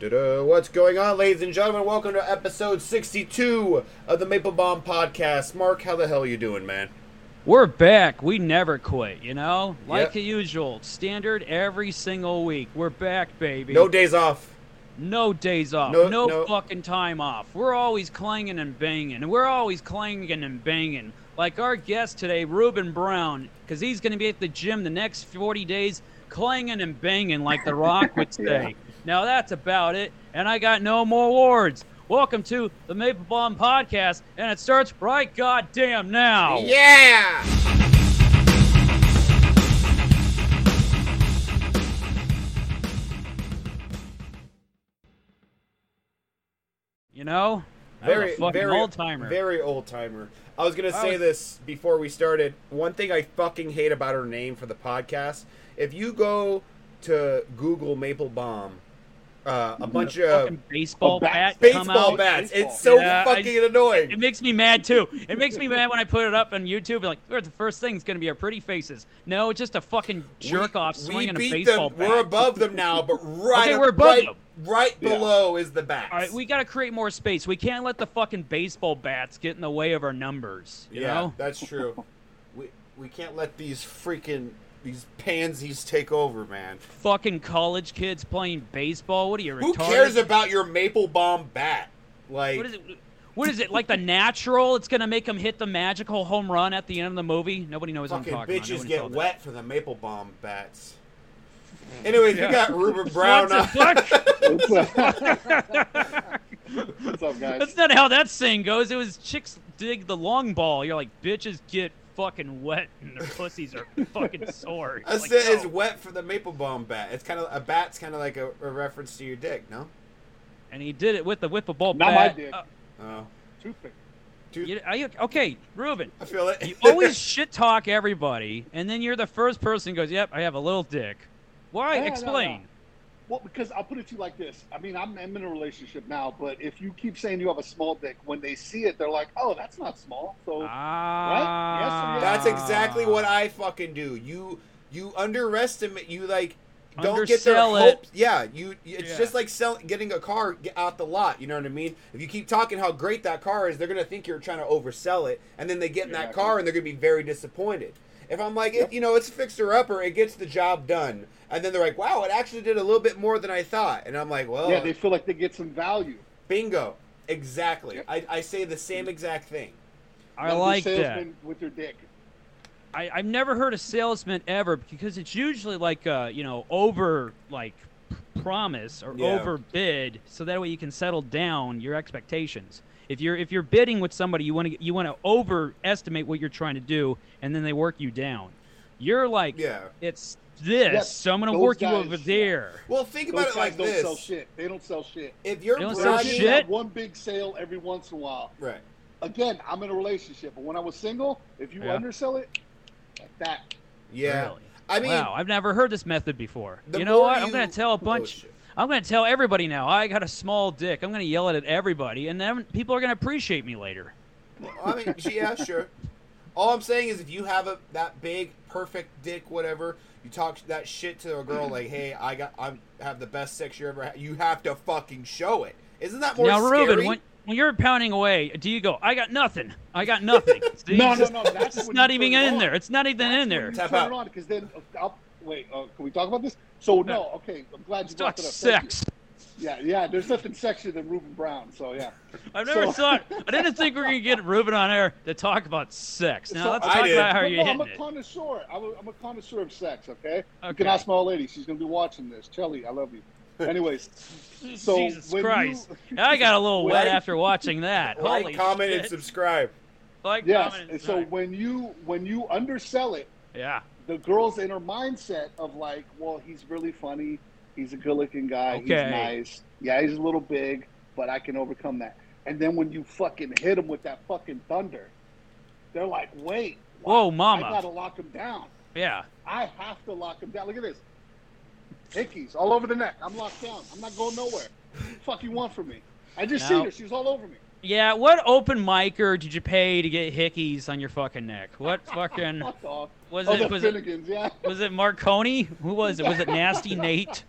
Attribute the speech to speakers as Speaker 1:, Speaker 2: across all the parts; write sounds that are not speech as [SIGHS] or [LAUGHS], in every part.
Speaker 1: Du-du-du. What's going on, ladies and gentlemen? Welcome to episode 62 of the Maple Bomb Podcast. Mark, how the hell are you doing, man?
Speaker 2: We're back. We never quit, you know? Like
Speaker 1: Yep.
Speaker 2: the usual, standard every single week. We're back, baby.
Speaker 1: No days off.
Speaker 2: No days off.
Speaker 1: No-
Speaker 2: No,
Speaker 1: no-
Speaker 2: fucking time off. We're always clanging and banging. We're always clanging and banging. Like our guest today, Reuben Brown, because he's going to be at the gym the next 40 days, clanging and banging like The Rock
Speaker 1: [LAUGHS]
Speaker 2: would say. Now that's about it. And I got no more words. Welcome to the Maple Bomb Podcast, and it starts right goddamn now.
Speaker 1: Yeah!
Speaker 2: You know?
Speaker 1: Very,
Speaker 2: I'm a fucking
Speaker 1: very
Speaker 2: old timer.
Speaker 1: Very old timer. I was gonna
Speaker 2: I
Speaker 1: say
Speaker 2: was-
Speaker 1: this before we started. One thing I fucking hate about her name for the podcast. If you go to Google Maple Bomb, uh, a bunch of
Speaker 2: fucking baseball
Speaker 3: bat-
Speaker 2: bat. come
Speaker 1: baseball
Speaker 2: out.
Speaker 1: bats.
Speaker 3: Baseball.
Speaker 1: It's so
Speaker 2: Yeah, I-
Speaker 1: fucking annoying.
Speaker 2: It makes me mad too. It makes me mad when I put it up on YouTube. Like, "Oh, the first thing's gonna be our pretty faces. No, it's just a fucking jerk off
Speaker 1: We- we
Speaker 2: swinging
Speaker 1: beat
Speaker 2: a baseball
Speaker 1: them.
Speaker 2: bat.
Speaker 1: We're above them now,
Speaker 2: [LAUGHS]
Speaker 1: but right,
Speaker 2: Okay, we're above
Speaker 1: right,
Speaker 2: them.
Speaker 1: right
Speaker 3: Yeah.
Speaker 1: below is the bats.
Speaker 2: All right, we gotta create more space. We can't let the fucking baseball bats get in the way of our numbers. You
Speaker 1: yeah,
Speaker 2: know?
Speaker 1: that's
Speaker 2: [LAUGHS]
Speaker 1: true. we we can't let these freaking these pansies take over, man.
Speaker 2: Fucking college kids playing baseball. What are you?
Speaker 1: Who
Speaker 2: retarded?
Speaker 1: cares about your maple bomb bat? Like,
Speaker 2: What is it? What is it like? The natural? It's gonna make them hit the magical home run at the end of the movie. Nobody knows what I'm
Speaker 1: fucking
Speaker 2: talking about.
Speaker 1: bitches
Speaker 2: Nobody saw
Speaker 1: get
Speaker 2: that.
Speaker 1: wet for the maple bomb bats. Anyways, we
Speaker 2: Yeah.
Speaker 1: got
Speaker 2: [LAUGHS]
Speaker 1: Ruben Brown.
Speaker 2: What
Speaker 1: on. [LAUGHS]
Speaker 2: the fuck?
Speaker 3: What's up? What's up,
Speaker 2: That's
Speaker 3: guys?
Speaker 2: not how that saying goes. It was chicks dig the long ball. You're like, bitches get fucking wet and their
Speaker 1: [LAUGHS]
Speaker 2: pussies are fucking sore. It's
Speaker 1: I
Speaker 2: like,
Speaker 1: said it's
Speaker 2: no.
Speaker 1: wet for the maple bomb bat. It's kind of a bat's kind of like a, a reference to your dick, no?
Speaker 2: and he did it with the whip a ball
Speaker 3: Not my
Speaker 2: bat.
Speaker 3: dick.
Speaker 2: Uh,
Speaker 1: Oh,
Speaker 3: Toothpick.
Speaker 1: dude,
Speaker 2: you- are you- okay, Ruben,
Speaker 1: I feel it.
Speaker 2: you
Speaker 1: [LAUGHS]
Speaker 2: always shit talk everybody, and then you're the first person who goes, yep, I have a little dick. Why?
Speaker 3: No, no, no.
Speaker 2: Explain.
Speaker 3: Well, because I'll put it to you like this. I mean, I'm, I'm in a relationship now, but if you keep saying you have a small dick, when they see it, they're like, "Oh, that's not small." So
Speaker 2: Ah.
Speaker 1: That's exactly what I fucking do. You you underestimate you like don't get their
Speaker 2: Undersell it.
Speaker 1: hopes. Yeah, you it's
Speaker 2: Yeah.
Speaker 1: just like sell, getting a car get out the lot, you know what I mean? If you keep talking how great that car is, they're going to think you're trying to oversell it and then they get in that
Speaker 3: Exactly.
Speaker 1: car and they're going to be very disappointed. If I'm like,
Speaker 3: Yep.
Speaker 1: you know, it's a fixer upper, it gets the job done. And then they're like, "Wow, it actually did a little bit more than I thought." And I'm like, "Well,
Speaker 3: yeah, they feel like they get some value.
Speaker 1: bingo." Exactly.
Speaker 3: Yep.
Speaker 1: I, I say the
Speaker 2: Mm.
Speaker 1: same exact thing.
Speaker 2: I
Speaker 3: Gotta be
Speaker 2: like that.
Speaker 3: salesman With your dick.
Speaker 2: I, I've never heard a salesman ever because it's usually like uh, you know over like p- promise or
Speaker 1: Yeah.
Speaker 2: over bid, so that way you can settle down your expectations. If you're if you're bidding with somebody, you want to you want to overestimate what you're trying to do, and then they work you down. You're like,
Speaker 1: Yeah.
Speaker 2: it's this,
Speaker 3: Yep,
Speaker 2: so I'm gonna
Speaker 3: those
Speaker 2: work you
Speaker 3: guys-
Speaker 2: over there.
Speaker 1: Well, think
Speaker 3: Those
Speaker 1: about
Speaker 3: guys
Speaker 1: it like
Speaker 3: don't
Speaker 1: this.
Speaker 3: sell shit. They don't sell shit.
Speaker 1: If you're
Speaker 2: They don't sell
Speaker 3: They
Speaker 1: bragging,
Speaker 3: just
Speaker 2: shit?
Speaker 3: have One big sale every once in a while.
Speaker 1: right?
Speaker 3: Again, I'm in a relationship, but when I was single, if you
Speaker 2: Yeah.
Speaker 3: undersell it, like that.
Speaker 1: Yeah.
Speaker 2: Really.
Speaker 1: I mean,
Speaker 2: wow, I've never heard this method before.
Speaker 1: the
Speaker 2: You know
Speaker 1: more
Speaker 2: what? I'm
Speaker 1: you-
Speaker 2: gonna tell a
Speaker 1: Oh,
Speaker 2: bunch.
Speaker 1: shit.
Speaker 2: I'm gonna tell everybody now. I got a small dick. I'm gonna yell it at everybody, and then people are gonna appreciate me later.
Speaker 1: Well, I mean, she- yeah, sure. All I'm saying is, if you have a that big, perfect dick, whatever, you talk that shit to a girl like, "Hey, I got, I have the best sex you ever had." You have to fucking show it. Isn't that more
Speaker 2: now,
Speaker 1: scary?
Speaker 2: Reuben, when, when you're pounding away, do you go, I got nothing. I got
Speaker 3: [LAUGHS]
Speaker 2: nothing. See,
Speaker 3: No,
Speaker 2: it's
Speaker 3: no,
Speaker 2: just-
Speaker 3: no. That's
Speaker 2: It's
Speaker 3: when
Speaker 2: not
Speaker 3: you
Speaker 2: even
Speaker 3: turn it
Speaker 2: in
Speaker 3: on.
Speaker 2: there. It's not even in there.
Speaker 3: When you
Speaker 1: Tap
Speaker 3: turn
Speaker 1: out.
Speaker 3: it on because then oh, I'll, wait. Uh, can we talk about this? So no, okay. I'm glad you
Speaker 2: Let's
Speaker 3: brought
Speaker 2: talk
Speaker 3: it up. Thank
Speaker 2: sex.
Speaker 3: you. Yeah, yeah. There's nothing sexier than Reuben Brown. So yeah.
Speaker 2: I've never
Speaker 3: So- [LAUGHS]
Speaker 2: thought. I didn't think we were gonna get Reuben on air to talk about sex. Now
Speaker 3: So
Speaker 2: let's
Speaker 1: I
Speaker 2: talk
Speaker 1: did.
Speaker 2: about how
Speaker 3: But
Speaker 2: you're
Speaker 3: no, I'm
Speaker 2: hitting
Speaker 3: a
Speaker 2: it.
Speaker 3: connoisseur. I'm a, I'm a connoisseur of sex. Okay? You
Speaker 2: Okay.
Speaker 3: can ask my old lady. She's gonna be watching this. Chelly, I love
Speaker 2: [LAUGHS]
Speaker 3: you. Anyways, so
Speaker 2: Jesus
Speaker 3: when
Speaker 2: Christ!
Speaker 3: You,
Speaker 2: I got a little wet
Speaker 1: Like-
Speaker 2: after watching that.
Speaker 3: [LAUGHS]
Speaker 1: like,
Speaker 2: Holy
Speaker 1: comment,
Speaker 2: shit.
Speaker 1: and subscribe.
Speaker 2: Like,
Speaker 3: yes.
Speaker 2: comment,
Speaker 3: and
Speaker 2: and
Speaker 3: So
Speaker 2: subscribe.
Speaker 3: when you when you undersell it,
Speaker 2: yeah.
Speaker 3: the girl's in her mindset of like, well, he's really funny. He's a good looking guy. He's
Speaker 2: Okay.
Speaker 3: nice. Yeah, he's a little big, but I can overcome that. And then when you fucking hit him with that fucking thunder, they're like, wait.
Speaker 2: Whoa,
Speaker 3: I
Speaker 2: mama.
Speaker 3: gotta lock him down.
Speaker 2: Yeah.
Speaker 3: I have to lock him down. Look at this. Hickeys all over the neck. I'm locked down. I'm not going nowhere. fuck you want from me? I just
Speaker 2: No.
Speaker 3: seen her. She's all over me.
Speaker 2: Yeah. What open micer did you pay to get hickeys on your fucking neck? What fucking
Speaker 3: [LAUGHS] Fuck off.
Speaker 2: was
Speaker 3: oh,
Speaker 2: it?
Speaker 3: the
Speaker 2: Was it?
Speaker 3: Finnegans, yeah.
Speaker 2: Was it Marconi? Who was it? Was it Nasty Nate?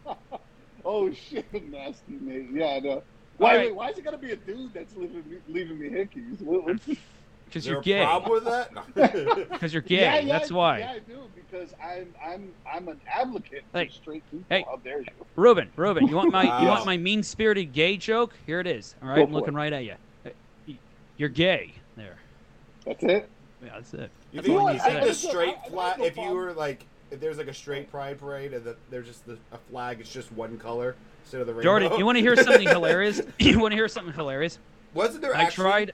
Speaker 3: Oh shit, [LAUGHS] nasty Nate. Yeah, I know. Why?
Speaker 2: All right.
Speaker 3: Wait, why is it gotta be a dude that's leaving me, leaving me hickeys? What, what's
Speaker 2: Because
Speaker 1: Is there
Speaker 2: you're
Speaker 1: a
Speaker 2: gay.
Speaker 1: problem with
Speaker 3: [LAUGHS]
Speaker 1: that? [LAUGHS] No.
Speaker 2: Because you're gay.
Speaker 3: Yeah, yeah,
Speaker 2: That's why.
Speaker 3: Yeah, I do because I'm I'm I'm an advocate
Speaker 2: Hey.
Speaker 3: for straight people.
Speaker 2: Hey.
Speaker 3: How dare you?
Speaker 2: Ruben, Ruben, you want my you
Speaker 1: Wow.
Speaker 2: want my mean spirited gay joke? Here it is. All right,
Speaker 3: Go
Speaker 2: I'm
Speaker 3: for
Speaker 2: looking
Speaker 3: it.
Speaker 2: right at you. You're gay. There.
Speaker 3: That's it.
Speaker 2: Yeah, that's it.
Speaker 1: you
Speaker 2: That's
Speaker 1: think
Speaker 2: all
Speaker 1: you
Speaker 2: he
Speaker 1: think
Speaker 2: said.
Speaker 1: the straight
Speaker 3: I- I- I
Speaker 1: flag?
Speaker 3: have no
Speaker 1: If you
Speaker 3: problem.
Speaker 1: were like, if there's like a straight pride parade and the, there's just the, a flag, it's just one color instead of the rainbow.
Speaker 2: Jordan, you want to
Speaker 1: [LAUGHS]
Speaker 2: hear something hilarious? you want to hear something hilarious?
Speaker 1: Wasn't there
Speaker 2: I
Speaker 1: actually?
Speaker 2: tried.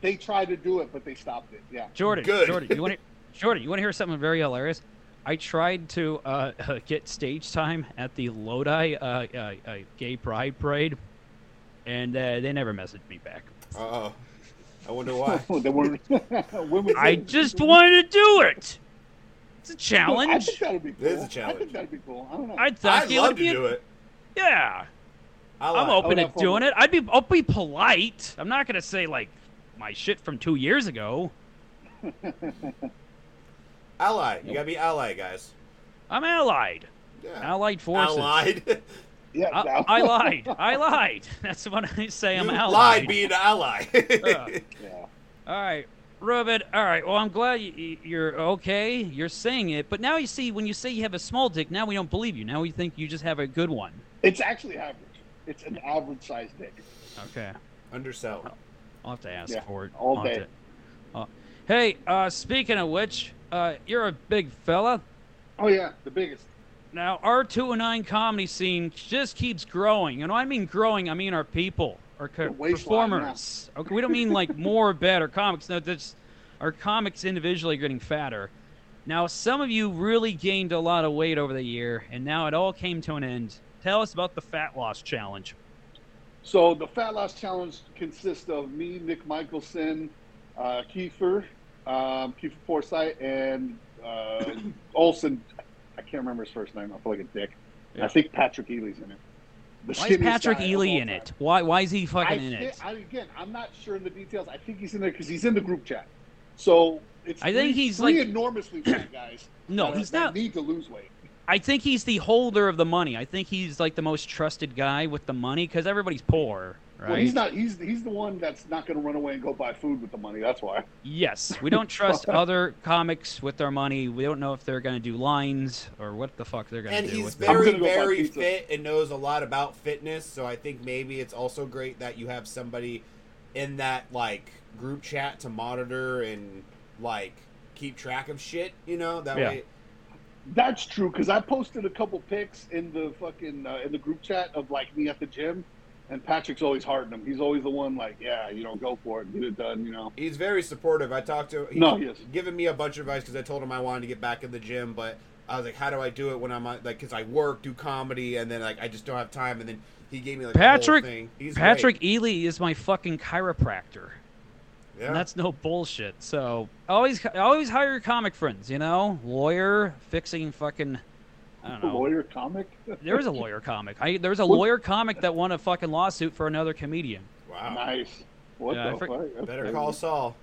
Speaker 3: They tried to do it, but they stopped it. Yeah.
Speaker 2: Jordan,
Speaker 1: Good.
Speaker 2: Jordan, you
Speaker 1: [LAUGHS]
Speaker 2: want to, Jordan, you want to hear something very hilarious? I tried to uh, [LAUGHS] get stage time at the Lodi uh, uh, uh, Gay Pride Parade, and uh, they never messaged me back.
Speaker 1: Uh oh. I wonder
Speaker 2: [LAUGHS]
Speaker 1: why.
Speaker 3: [LAUGHS] they weren't. when was
Speaker 2: I
Speaker 3: it?
Speaker 2: just wanted to do it. It's a
Speaker 3: I
Speaker 2: challenge.
Speaker 3: think that'd be cool.
Speaker 1: It is a
Speaker 3: I
Speaker 1: challenge.
Speaker 3: think that'd be cool. I don't know.
Speaker 2: I
Speaker 1: I
Speaker 2: thought it
Speaker 1: love
Speaker 2: would be
Speaker 1: to
Speaker 2: a-
Speaker 1: do it.
Speaker 2: Yeah,
Speaker 1: Oh, I
Speaker 2: I'm
Speaker 1: like.
Speaker 2: open
Speaker 3: I
Speaker 2: to
Speaker 3: would have
Speaker 2: doing
Speaker 3: fun.
Speaker 2: it. I'd be, I'll be polite. I'm not gonna say like my shit from two years ago.
Speaker 1: Ally. You gotta be ally, guys.
Speaker 2: I'm allied,
Speaker 1: Yeah.
Speaker 2: allied forces.
Speaker 1: Allied.
Speaker 3: yeah,
Speaker 2: I,
Speaker 3: no.
Speaker 2: I lied. I lied. [LAUGHS] That's what [LAUGHS] I say. I'm
Speaker 1: you
Speaker 2: allied.
Speaker 1: lied being an
Speaker 2: [LAUGHS]
Speaker 1: ally.
Speaker 2: Uh,
Speaker 3: [LAUGHS] yeah.
Speaker 2: All right, Ruben. All right. Well, I'm glad you- you, you're okay. You're saying it, but now you see when you say you have a small dick, now we don't believe you. Now we think you just have a good one.
Speaker 3: It's actually average. It's an average sized dick.
Speaker 2: Okay.
Speaker 1: [LAUGHS] Undersell.
Speaker 2: I'll have to ask
Speaker 3: Yeah,
Speaker 2: for it.
Speaker 3: all
Speaker 2: I'll have
Speaker 3: day.
Speaker 2: to- I'll- hey, uh, speaking of which, uh, you're a big fella.
Speaker 3: Oh yeah, the biggest.
Speaker 2: Now, our 209 comedy scene just keeps growing. And when I mean growing, I mean our people, our co-
Speaker 3: The waistline, yeah.
Speaker 2: performers. Okay, we don't mean like more or better comics. No, that's our comics individually are getting fatter. Now, some of you really gained a lot of weight over the year, and now it all came to an end. Tell us about the fat loss challenge.
Speaker 3: So the fat loss challenge consists of me, Nick Michelson, uh, Kiefer, um, Kiefer Forsyth, and uh, [COUGHS] Olson. I can't remember his first name. I feel like a dick.
Speaker 2: Yeah.
Speaker 3: I think Patrick Ely's in it. The
Speaker 2: Why is
Speaker 3: skinniest
Speaker 2: Patrick
Speaker 3: guy of
Speaker 2: Ely
Speaker 3: all
Speaker 2: in
Speaker 3: time.
Speaker 2: it? Why? Why is he
Speaker 3: I
Speaker 2: fucking in
Speaker 3: thi-
Speaker 2: it?
Speaker 3: I, again, I'm not sure in the details. I think he's in there because he's in the group chat. So it's
Speaker 2: I think
Speaker 3: three-
Speaker 2: he's
Speaker 3: three
Speaker 2: like-
Speaker 3: enormously
Speaker 2: [COUGHS]
Speaker 3: fat guys.
Speaker 2: No,
Speaker 3: that-
Speaker 2: he's
Speaker 3: that
Speaker 2: not.
Speaker 3: Need to lose weight.
Speaker 2: I think he's the holder of the money. I think he's like the most trusted guy with the money because everybody's poor, right?
Speaker 3: Well, he's not. He's he's the one that's not going to run away and go buy food with the money. That's why.
Speaker 2: Yes,
Speaker 3: [LAUGHS]
Speaker 2: we don't trust other comics with our money. We don't know if they're going to do lines or what the fuck they're going
Speaker 1: And
Speaker 2: to do.
Speaker 1: he's
Speaker 2: with
Speaker 3: I'm
Speaker 1: very,
Speaker 3: gonna go buy
Speaker 1: very
Speaker 3: pizza.
Speaker 1: fit and knows a lot about fitness. So I think maybe it's also great that you have somebody in that like group chat to monitor and like keep track of shit. You know that
Speaker 2: Yeah.
Speaker 1: way.
Speaker 3: That's true because I posted a couple pics in the fucking uh, in the group chat of like me at the gym, and Patrick's always harding him. He's always the one like, yeah, you know, go for it, get it done, you know.
Speaker 1: He's very supportive. I talked to he's
Speaker 3: No, he is.
Speaker 1: giving me a bunch of advice because I told him I wanted to get back in the gym, but I was like, how do I do it when I'm on, like because I work, do comedy, and then like I just don't have time. And then he gave me like a whole
Speaker 2: Patrick-
Speaker 1: thing. He's
Speaker 2: Patrick Ely is my fucking chiropractor.
Speaker 1: great. yeah.
Speaker 2: And that's no bullshit. So always, always hire your comic friends. You know, lawyer fixing fucking. I don't
Speaker 3: A
Speaker 2: know.
Speaker 3: lawyer comic.
Speaker 2: There
Speaker 3: [LAUGHS]
Speaker 2: was a lawyer comic. I, there was a
Speaker 3: What-
Speaker 2: lawyer comic that won a fucking lawsuit for another comedian.
Speaker 1: wow.
Speaker 3: nice. What
Speaker 2: Yeah, I
Speaker 3: the
Speaker 2: for-
Speaker 3: fuck?
Speaker 1: Better
Speaker 3: Okay.
Speaker 1: call Saul.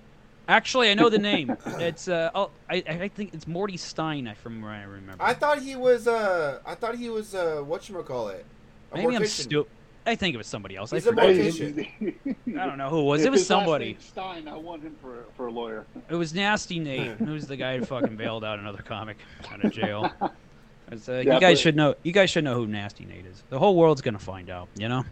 Speaker 2: Actually, I know the name. It's uh, oh, I, I think it's Morty Stein. I from where I remember.
Speaker 1: I thought he was uh I thought he was uh whatchamacallit. A
Speaker 2: Maybe I'm
Speaker 1: mortician.
Speaker 2: stupid. I think it was somebody else.
Speaker 1: He's
Speaker 2: I
Speaker 1: a
Speaker 2: forget.
Speaker 1: mortician.
Speaker 3: Hey, [LAUGHS] he-
Speaker 2: [LAUGHS] I don't know who it was.
Speaker 3: If
Speaker 2: It was
Speaker 3: his last
Speaker 2: somebody.
Speaker 3: name's Stein. I want him for for a lawyer. [LAUGHS]
Speaker 2: It was Nasty Nate. It was the guy who fucking bailed out another comic out of jail. It's, uh,
Speaker 3: Yeah,
Speaker 2: you guys
Speaker 3: but-
Speaker 2: should know. You guys should know who Nasty Nate is. The whole world's gonna find out. You know.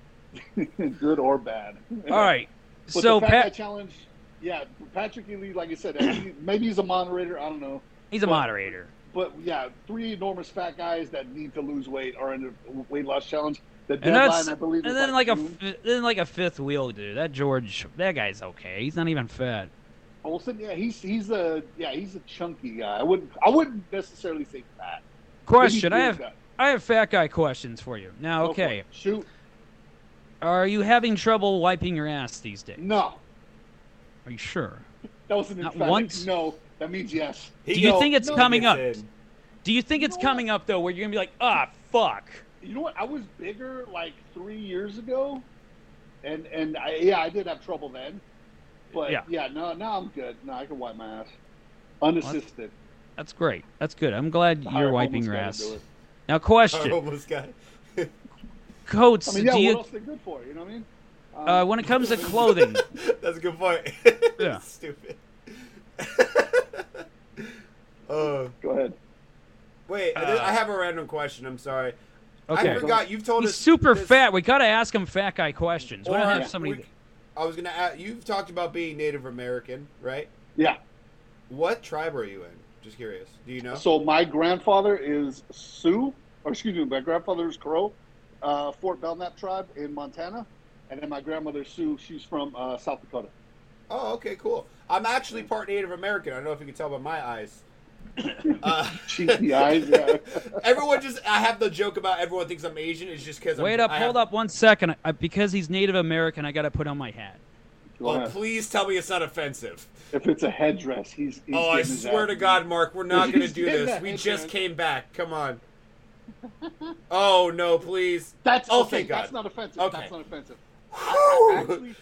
Speaker 3: Good or bad.
Speaker 2: [LAUGHS] All right.
Speaker 3: But
Speaker 2: so
Speaker 3: the fat guy
Speaker 2: Pat,
Speaker 3: challenge. Yeah, Patrick Ely, like I said, [CLEARS THROAT] he- maybe he's a moderator. I don't know.
Speaker 2: he's a
Speaker 3: well-
Speaker 2: moderator.
Speaker 3: But yeah, three enormous fat guys that need to lose weight are in the weight loss challenge. The
Speaker 2: And
Speaker 3: deadline,
Speaker 2: that's
Speaker 3: I believe,
Speaker 2: and
Speaker 3: is
Speaker 2: then like
Speaker 3: like
Speaker 2: a
Speaker 3: June.
Speaker 2: f- then like a fifth wheel dude. That George, that guy's okay. He's not even fat.
Speaker 3: Olson. Yeah, he's he's a yeah he's a chunky guy. I wouldn't I wouldn't necessarily say fat. but he's
Speaker 2: Question: I
Speaker 3: good
Speaker 2: have
Speaker 3: guy.
Speaker 2: I have fat guy questions for you. Now,
Speaker 3: Go for
Speaker 2: okay,
Speaker 3: it. Shoot,
Speaker 2: are you having trouble wiping your ass these days?
Speaker 3: no,
Speaker 2: Are you sure?
Speaker 3: that was an
Speaker 2: Not
Speaker 3: emphatic
Speaker 2: once?
Speaker 3: No, that means yes.
Speaker 1: He
Speaker 2: Do you
Speaker 1: go-
Speaker 2: think it's
Speaker 1: he
Speaker 2: coming
Speaker 1: gets
Speaker 2: up? [LAUGHS]
Speaker 1: in.
Speaker 2: Do you think
Speaker 3: You
Speaker 2: it's
Speaker 3: know what?
Speaker 2: coming up though, where you're gonna be like, ah, fuck?
Speaker 3: You know what? I was bigger like three years ago, and and I, yeah, I did have trouble then. But
Speaker 2: Yeah.
Speaker 3: yeah, no, no, I'm good. No, I can wipe my ass unassisted.
Speaker 2: That's great. That's good. I'm glad
Speaker 3: Hire
Speaker 2: you're
Speaker 3: a
Speaker 2: wiping
Speaker 3: homeless
Speaker 2: your
Speaker 3: guy to
Speaker 1: [LAUGHS]
Speaker 2: ass.
Speaker 3: do it.
Speaker 2: Now,
Speaker 1: I
Speaker 2: question.
Speaker 1: almost got
Speaker 2: coats,
Speaker 3: I mean, yeah,
Speaker 2: do
Speaker 3: what
Speaker 2: you,
Speaker 3: else they good for? You know what I mean? Um,
Speaker 2: uh, when it comes to
Speaker 3: [LAUGHS]
Speaker 2: clothing,
Speaker 1: That's a good point. [LAUGHS]
Speaker 2: Yeah.
Speaker 1: Stupid. [LAUGHS] uh,
Speaker 3: Go ahead.
Speaker 1: wait, I
Speaker 2: Uh,
Speaker 1: I have a random question. I'm sorry.
Speaker 2: okay.
Speaker 1: I forgot you've told
Speaker 2: He's
Speaker 1: us
Speaker 2: super
Speaker 1: this-
Speaker 2: fat. We gotta ask him fat guy questions. We don't
Speaker 1: or
Speaker 2: have somebody.
Speaker 1: we- I was gonna ask. You've talked about being Native American, right?
Speaker 3: Yeah.
Speaker 1: What tribe are you in? Just curious. Do you know?
Speaker 3: So my grandfather is Sioux, or excuse me, my grandfather is Crow, uh, Fort Belknap tribe in Montana, and then my grandmother Sue, she's from uh, South Dakota.
Speaker 1: oh, okay, cool. I'm actually part Native American. I don't know if you can tell by my eyes. Uh, [LAUGHS]
Speaker 3: Cheeky eyes. Yeah.
Speaker 1: everyone just. I have the joke about everyone thinks I'm Asian. It's just because.
Speaker 2: Wait up, hold up one second. I, because he's Native American, I gotta put on my hat.
Speaker 3: Go
Speaker 1: Oh,
Speaker 3: ahead.
Speaker 1: please tell me it's not offensive.
Speaker 3: If it's a headdress, he's. he's
Speaker 1: Oh, I
Speaker 3: getting his
Speaker 1: swear
Speaker 3: ass
Speaker 1: to
Speaker 3: beat.
Speaker 1: God, Mark, we're not going to
Speaker 3: He's
Speaker 1: do
Speaker 3: getting
Speaker 1: this.
Speaker 3: that
Speaker 1: We
Speaker 3: head
Speaker 1: just
Speaker 3: dress.
Speaker 1: came back. Come on. Oh no, please.
Speaker 3: That's
Speaker 1: Oh,
Speaker 3: okay.
Speaker 1: thank God.
Speaker 3: That's not offensive.
Speaker 1: Okay.
Speaker 3: That's
Speaker 1: [LAUGHS]
Speaker 3: not offensive.
Speaker 1: Whew!
Speaker 3: Actually,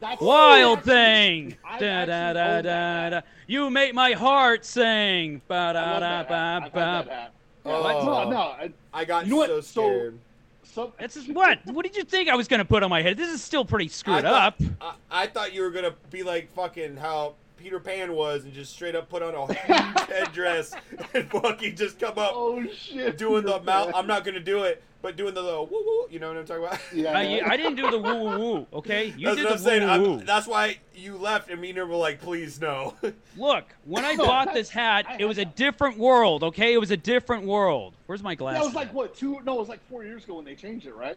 Speaker 3: that's
Speaker 2: Wild
Speaker 3: Oh, actually-
Speaker 2: thing.
Speaker 3: I
Speaker 2: Da da
Speaker 3: actually
Speaker 2: da
Speaker 3: own
Speaker 2: da
Speaker 3: that
Speaker 2: da. You make my heart sing. Ba
Speaker 3: I
Speaker 2: da
Speaker 3: love
Speaker 2: da
Speaker 3: that hat.
Speaker 2: ba
Speaker 3: I've had that
Speaker 2: ba.
Speaker 3: hat. Yeah,
Speaker 1: Oh.
Speaker 3: that's- No, no. I-
Speaker 1: I got
Speaker 3: You know what?
Speaker 1: so
Speaker 3: So-
Speaker 1: scared.
Speaker 3: some-
Speaker 2: This is what? What did you think I was gonna put on my head? This is still pretty screwed
Speaker 1: thought-
Speaker 2: up.
Speaker 3: [LAUGHS]
Speaker 1: I, I thought you were gonna be like fucking how Peter Pan was and just straight up put
Speaker 3: [LAUGHS]
Speaker 1: on a huge headdress and fucking just come up
Speaker 3: Oh shit!
Speaker 1: doing the
Speaker 3: you're
Speaker 1: mouth.
Speaker 3: bad.
Speaker 1: I'm not gonna do it, but doing the little woo woo. You know what I'm talking about?
Speaker 3: Yeah.
Speaker 2: I, I didn't do the woo woo woo. Okay,
Speaker 1: [LAUGHS]
Speaker 2: you
Speaker 1: that's
Speaker 2: did
Speaker 1: what I'm
Speaker 2: the
Speaker 1: saying.
Speaker 2: woo woo
Speaker 1: I'm,
Speaker 2: woo.
Speaker 1: that's why you left, and me and her were like, "Please no." [LAUGHS]
Speaker 2: Look, when I
Speaker 3: [LAUGHS] No,
Speaker 2: bought
Speaker 3: that's-
Speaker 2: this hat,
Speaker 3: I
Speaker 2: it was a
Speaker 3: had that.
Speaker 2: different world. Okay, it was a different world. Where's my glasses?
Speaker 3: That was like what two? No, it was like four years ago when they changed it, right?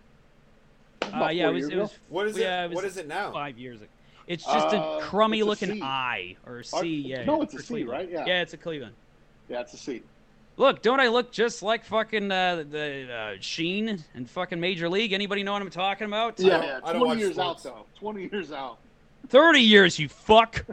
Speaker 2: Uh,
Speaker 3: About
Speaker 2: yeah,
Speaker 3: four
Speaker 2: it was.
Speaker 3: years
Speaker 2: It was
Speaker 3: ago?
Speaker 1: What is
Speaker 2: Yeah, it
Speaker 1: it?
Speaker 2: was
Speaker 1: What is it now?
Speaker 2: five years ago. It's just
Speaker 3: Uh,
Speaker 2: a crummy
Speaker 3: it's a
Speaker 2: looking
Speaker 3: C.
Speaker 2: I or a C.
Speaker 3: Ar-
Speaker 2: yeah.
Speaker 3: no,
Speaker 2: yeah,
Speaker 3: it's a
Speaker 2: for
Speaker 3: C,
Speaker 2: Cleveland.
Speaker 3: right? Yeah.
Speaker 2: Yeah, it's a Cleveland.
Speaker 3: Yeah, it's a C.
Speaker 2: Look, don't I look just like fucking uh, the uh, Sheen and fucking Major League? Anybody know what I'm talking about?
Speaker 1: don't-
Speaker 3: Yeah,
Speaker 1: I don't watch
Speaker 3: twenty years out
Speaker 1: sports.
Speaker 3: though. Twenty years out.
Speaker 2: Thirty years, you fuck.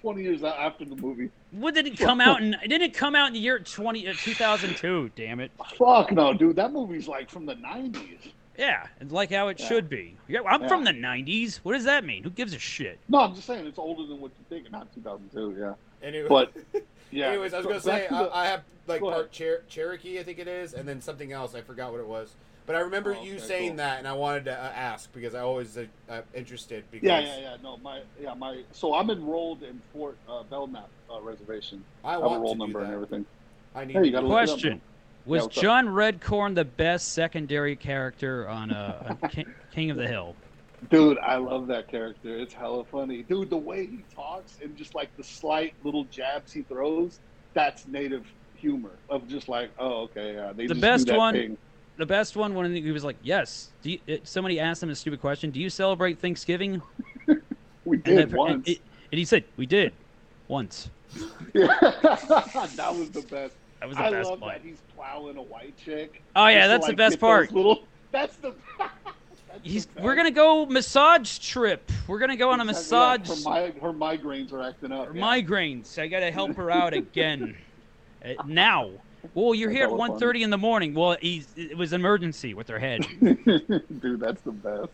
Speaker 3: Twenty years out after the movie.
Speaker 2: What did it come out in? It didn't come out in the year 20, uh, 2002. Damn it.
Speaker 3: Fuck no, dude. That movie's like from the nineties.
Speaker 2: Yeah, and like how it
Speaker 3: Yeah.
Speaker 2: should be. Yeah, I'm
Speaker 3: Yeah.
Speaker 2: from the '90s. What does that mean? Who gives a shit?
Speaker 3: No, I'm just saying it's older than what you think. Not two thousand two. Yeah.
Speaker 1: Anyway. [LAUGHS]
Speaker 3: But yeah.
Speaker 1: Anyways, I was
Speaker 3: So
Speaker 1: gonna
Speaker 3: back
Speaker 1: say
Speaker 3: to the-
Speaker 1: I, I have like
Speaker 3: Go
Speaker 1: part
Speaker 3: ahead.
Speaker 1: Cher- Cherokee, I think it is, and then something else. I forgot what it was, but I remember
Speaker 3: Oh,
Speaker 1: you
Speaker 3: okay,
Speaker 1: saying
Speaker 3: cool.
Speaker 1: that, and I wanted to uh, ask because I always uh, am interested. Because
Speaker 3: yeah, yeah, yeah. No, my yeah, my. So I'm enrolled in Fort uh, Belknap uh, Reservation.
Speaker 1: I
Speaker 3: I have a
Speaker 1: want
Speaker 3: roll
Speaker 1: to do
Speaker 3: number
Speaker 1: that.
Speaker 3: and everything.
Speaker 1: I need.
Speaker 3: Hey, you
Speaker 1: to
Speaker 3: gotta
Speaker 1: do
Speaker 3: look it up.
Speaker 2: Question: Was
Speaker 3: what's up?
Speaker 2: John Redcorn the best secondary character on uh, on [LAUGHS] Ki- King of the Hill?
Speaker 3: Dude, I love that character. It's hella funny. Dude, the way he talks and just like the slight little jabs he throws, that's native humor of just like, oh, okay, yeah. They
Speaker 2: The
Speaker 3: just
Speaker 2: best
Speaker 3: do that
Speaker 2: one-
Speaker 3: Thing.
Speaker 2: The best one when he was like, "Yes." Do you, it, somebody asked him a stupid question? Do you celebrate Thanksgiving?
Speaker 3: We
Speaker 2: And,
Speaker 3: did
Speaker 2: that-
Speaker 3: once.
Speaker 2: and,
Speaker 3: [LAUGHS]
Speaker 2: it- and he said, "We did, once."
Speaker 3: Yeah. that was the best.
Speaker 2: That was the
Speaker 3: I
Speaker 2: best
Speaker 3: love
Speaker 2: part.
Speaker 3: that he's plowing a white chick.
Speaker 2: Oh yeah,
Speaker 3: just to,
Speaker 2: that's the
Speaker 3: like,
Speaker 2: best
Speaker 3: get those
Speaker 2: part.
Speaker 3: Little, [LAUGHS] that's the. that's the
Speaker 2: He's.
Speaker 3: best.
Speaker 2: We're gonna go massage trip. We're gonna go on a
Speaker 3: Exactly, yeah,
Speaker 2: massage.
Speaker 3: her, mi- her migraines are acting up.
Speaker 2: Her
Speaker 3: yeah.
Speaker 2: migraines. I gotta help her
Speaker 3: [LAUGHS]
Speaker 2: out again. Uh, now. Well, you're here at
Speaker 3: That was
Speaker 2: 1.30 in the morning. Well, he's, it was emergency with her
Speaker 3: [LAUGHS]
Speaker 2: head.
Speaker 3: [LAUGHS] Dude, that's the best.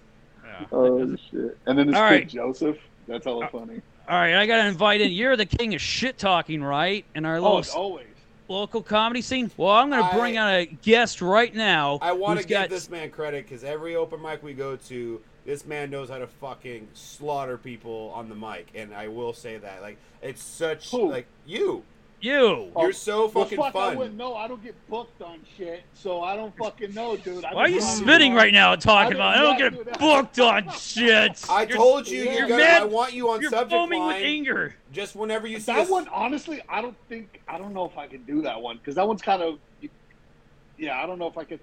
Speaker 2: Yeah.
Speaker 3: Oh shit! And then this
Speaker 2: All
Speaker 3: kid
Speaker 2: right. Uh,
Speaker 3: Joseph. That's hella funny.
Speaker 2: All right, I gotta invite in. You're the king of shit talking, right? In our
Speaker 3: Oh,
Speaker 2: little
Speaker 3: it's always.
Speaker 2: local comedy scene. Well, I'm gonna bring on a guest right now.
Speaker 1: I want
Speaker 2: who's
Speaker 1: to give
Speaker 2: got-
Speaker 1: this man credit because every open mic we go to, this man knows how to fucking slaughter people on the mic, and I will say that like it's such
Speaker 3: Who?
Speaker 1: like you.
Speaker 2: you.
Speaker 3: Oh,
Speaker 1: You're so
Speaker 3: Well,
Speaker 1: fucking
Speaker 3: fuck, I
Speaker 1: fun.
Speaker 3: wouldn't know. I don't get booked on shit, so I don't fucking know, dude. I
Speaker 2: Why are you
Speaker 3: just-
Speaker 2: spitting right now and talking
Speaker 3: I
Speaker 2: about? I don't
Speaker 3: didn't
Speaker 2: get
Speaker 3: get
Speaker 2: booked on
Speaker 3: [LAUGHS]
Speaker 2: shit.
Speaker 1: I
Speaker 2: You're-
Speaker 1: told you,
Speaker 3: you're
Speaker 1: you're gonna,
Speaker 2: mad-
Speaker 1: I want you on
Speaker 2: You're
Speaker 1: subject
Speaker 2: foaming with
Speaker 1: line.
Speaker 2: anger.
Speaker 1: Just whenever you see
Speaker 3: That
Speaker 1: us-
Speaker 3: one, honestly, I don't think I don't know if I can do that one because that one's kind of, yeah, I don't know if I could.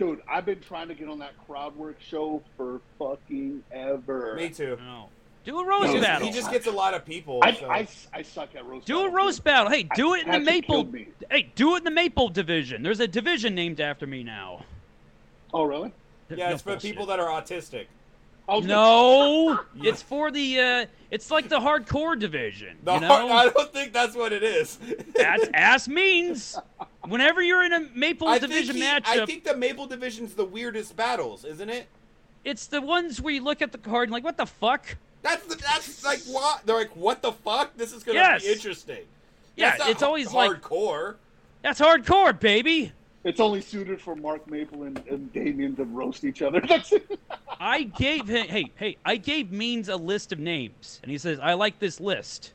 Speaker 3: Dude, I've been trying to get on that crowd work show for fucking ever.
Speaker 1: Me too.
Speaker 2: No. Do a
Speaker 1: He
Speaker 2: roast
Speaker 1: just,
Speaker 2: battle.
Speaker 1: he just gets a lot of people.
Speaker 3: I,
Speaker 1: so.
Speaker 3: I, I suck at roast.
Speaker 2: do a
Speaker 3: battle,
Speaker 2: roast
Speaker 3: dude.
Speaker 2: battle. Hey, do it in the
Speaker 3: Patrick
Speaker 2: maple.
Speaker 3: killed me.
Speaker 2: Hey, do it in the maple division. There's a division named after me now.
Speaker 3: Oh really?
Speaker 1: yeah, it's for people that are autistic. [LAUGHS]
Speaker 3: Oh
Speaker 2: No, it's for the. Uh, it's like the hardcore division.
Speaker 1: The
Speaker 2: you know?
Speaker 1: hard- [LAUGHS] I don't think that's what it is.
Speaker 2: That's ass means. Whenever you're in a
Speaker 1: [LAUGHS]
Speaker 2: Maple
Speaker 1: I think
Speaker 2: Division
Speaker 1: he-
Speaker 2: matchup,
Speaker 1: I think the Maple Division's the weirdest battles, isn't it?
Speaker 2: it's the ones where you look at the card and like, what the fuck?
Speaker 1: That's the, that's like what they're like. What the fuck? This is gonna
Speaker 2: Yes.
Speaker 1: be interesting.
Speaker 2: Yeah,
Speaker 1: That's not
Speaker 2: it's always
Speaker 1: hard-
Speaker 2: like-
Speaker 1: hardcore.
Speaker 2: That's hardcore, baby.
Speaker 3: It's only suited for Mark Maple and, and Damien to roast each other. [LAUGHS] That's it.
Speaker 2: I gave him, hey, hey, I gave Means a list of names, and he says, I like this list.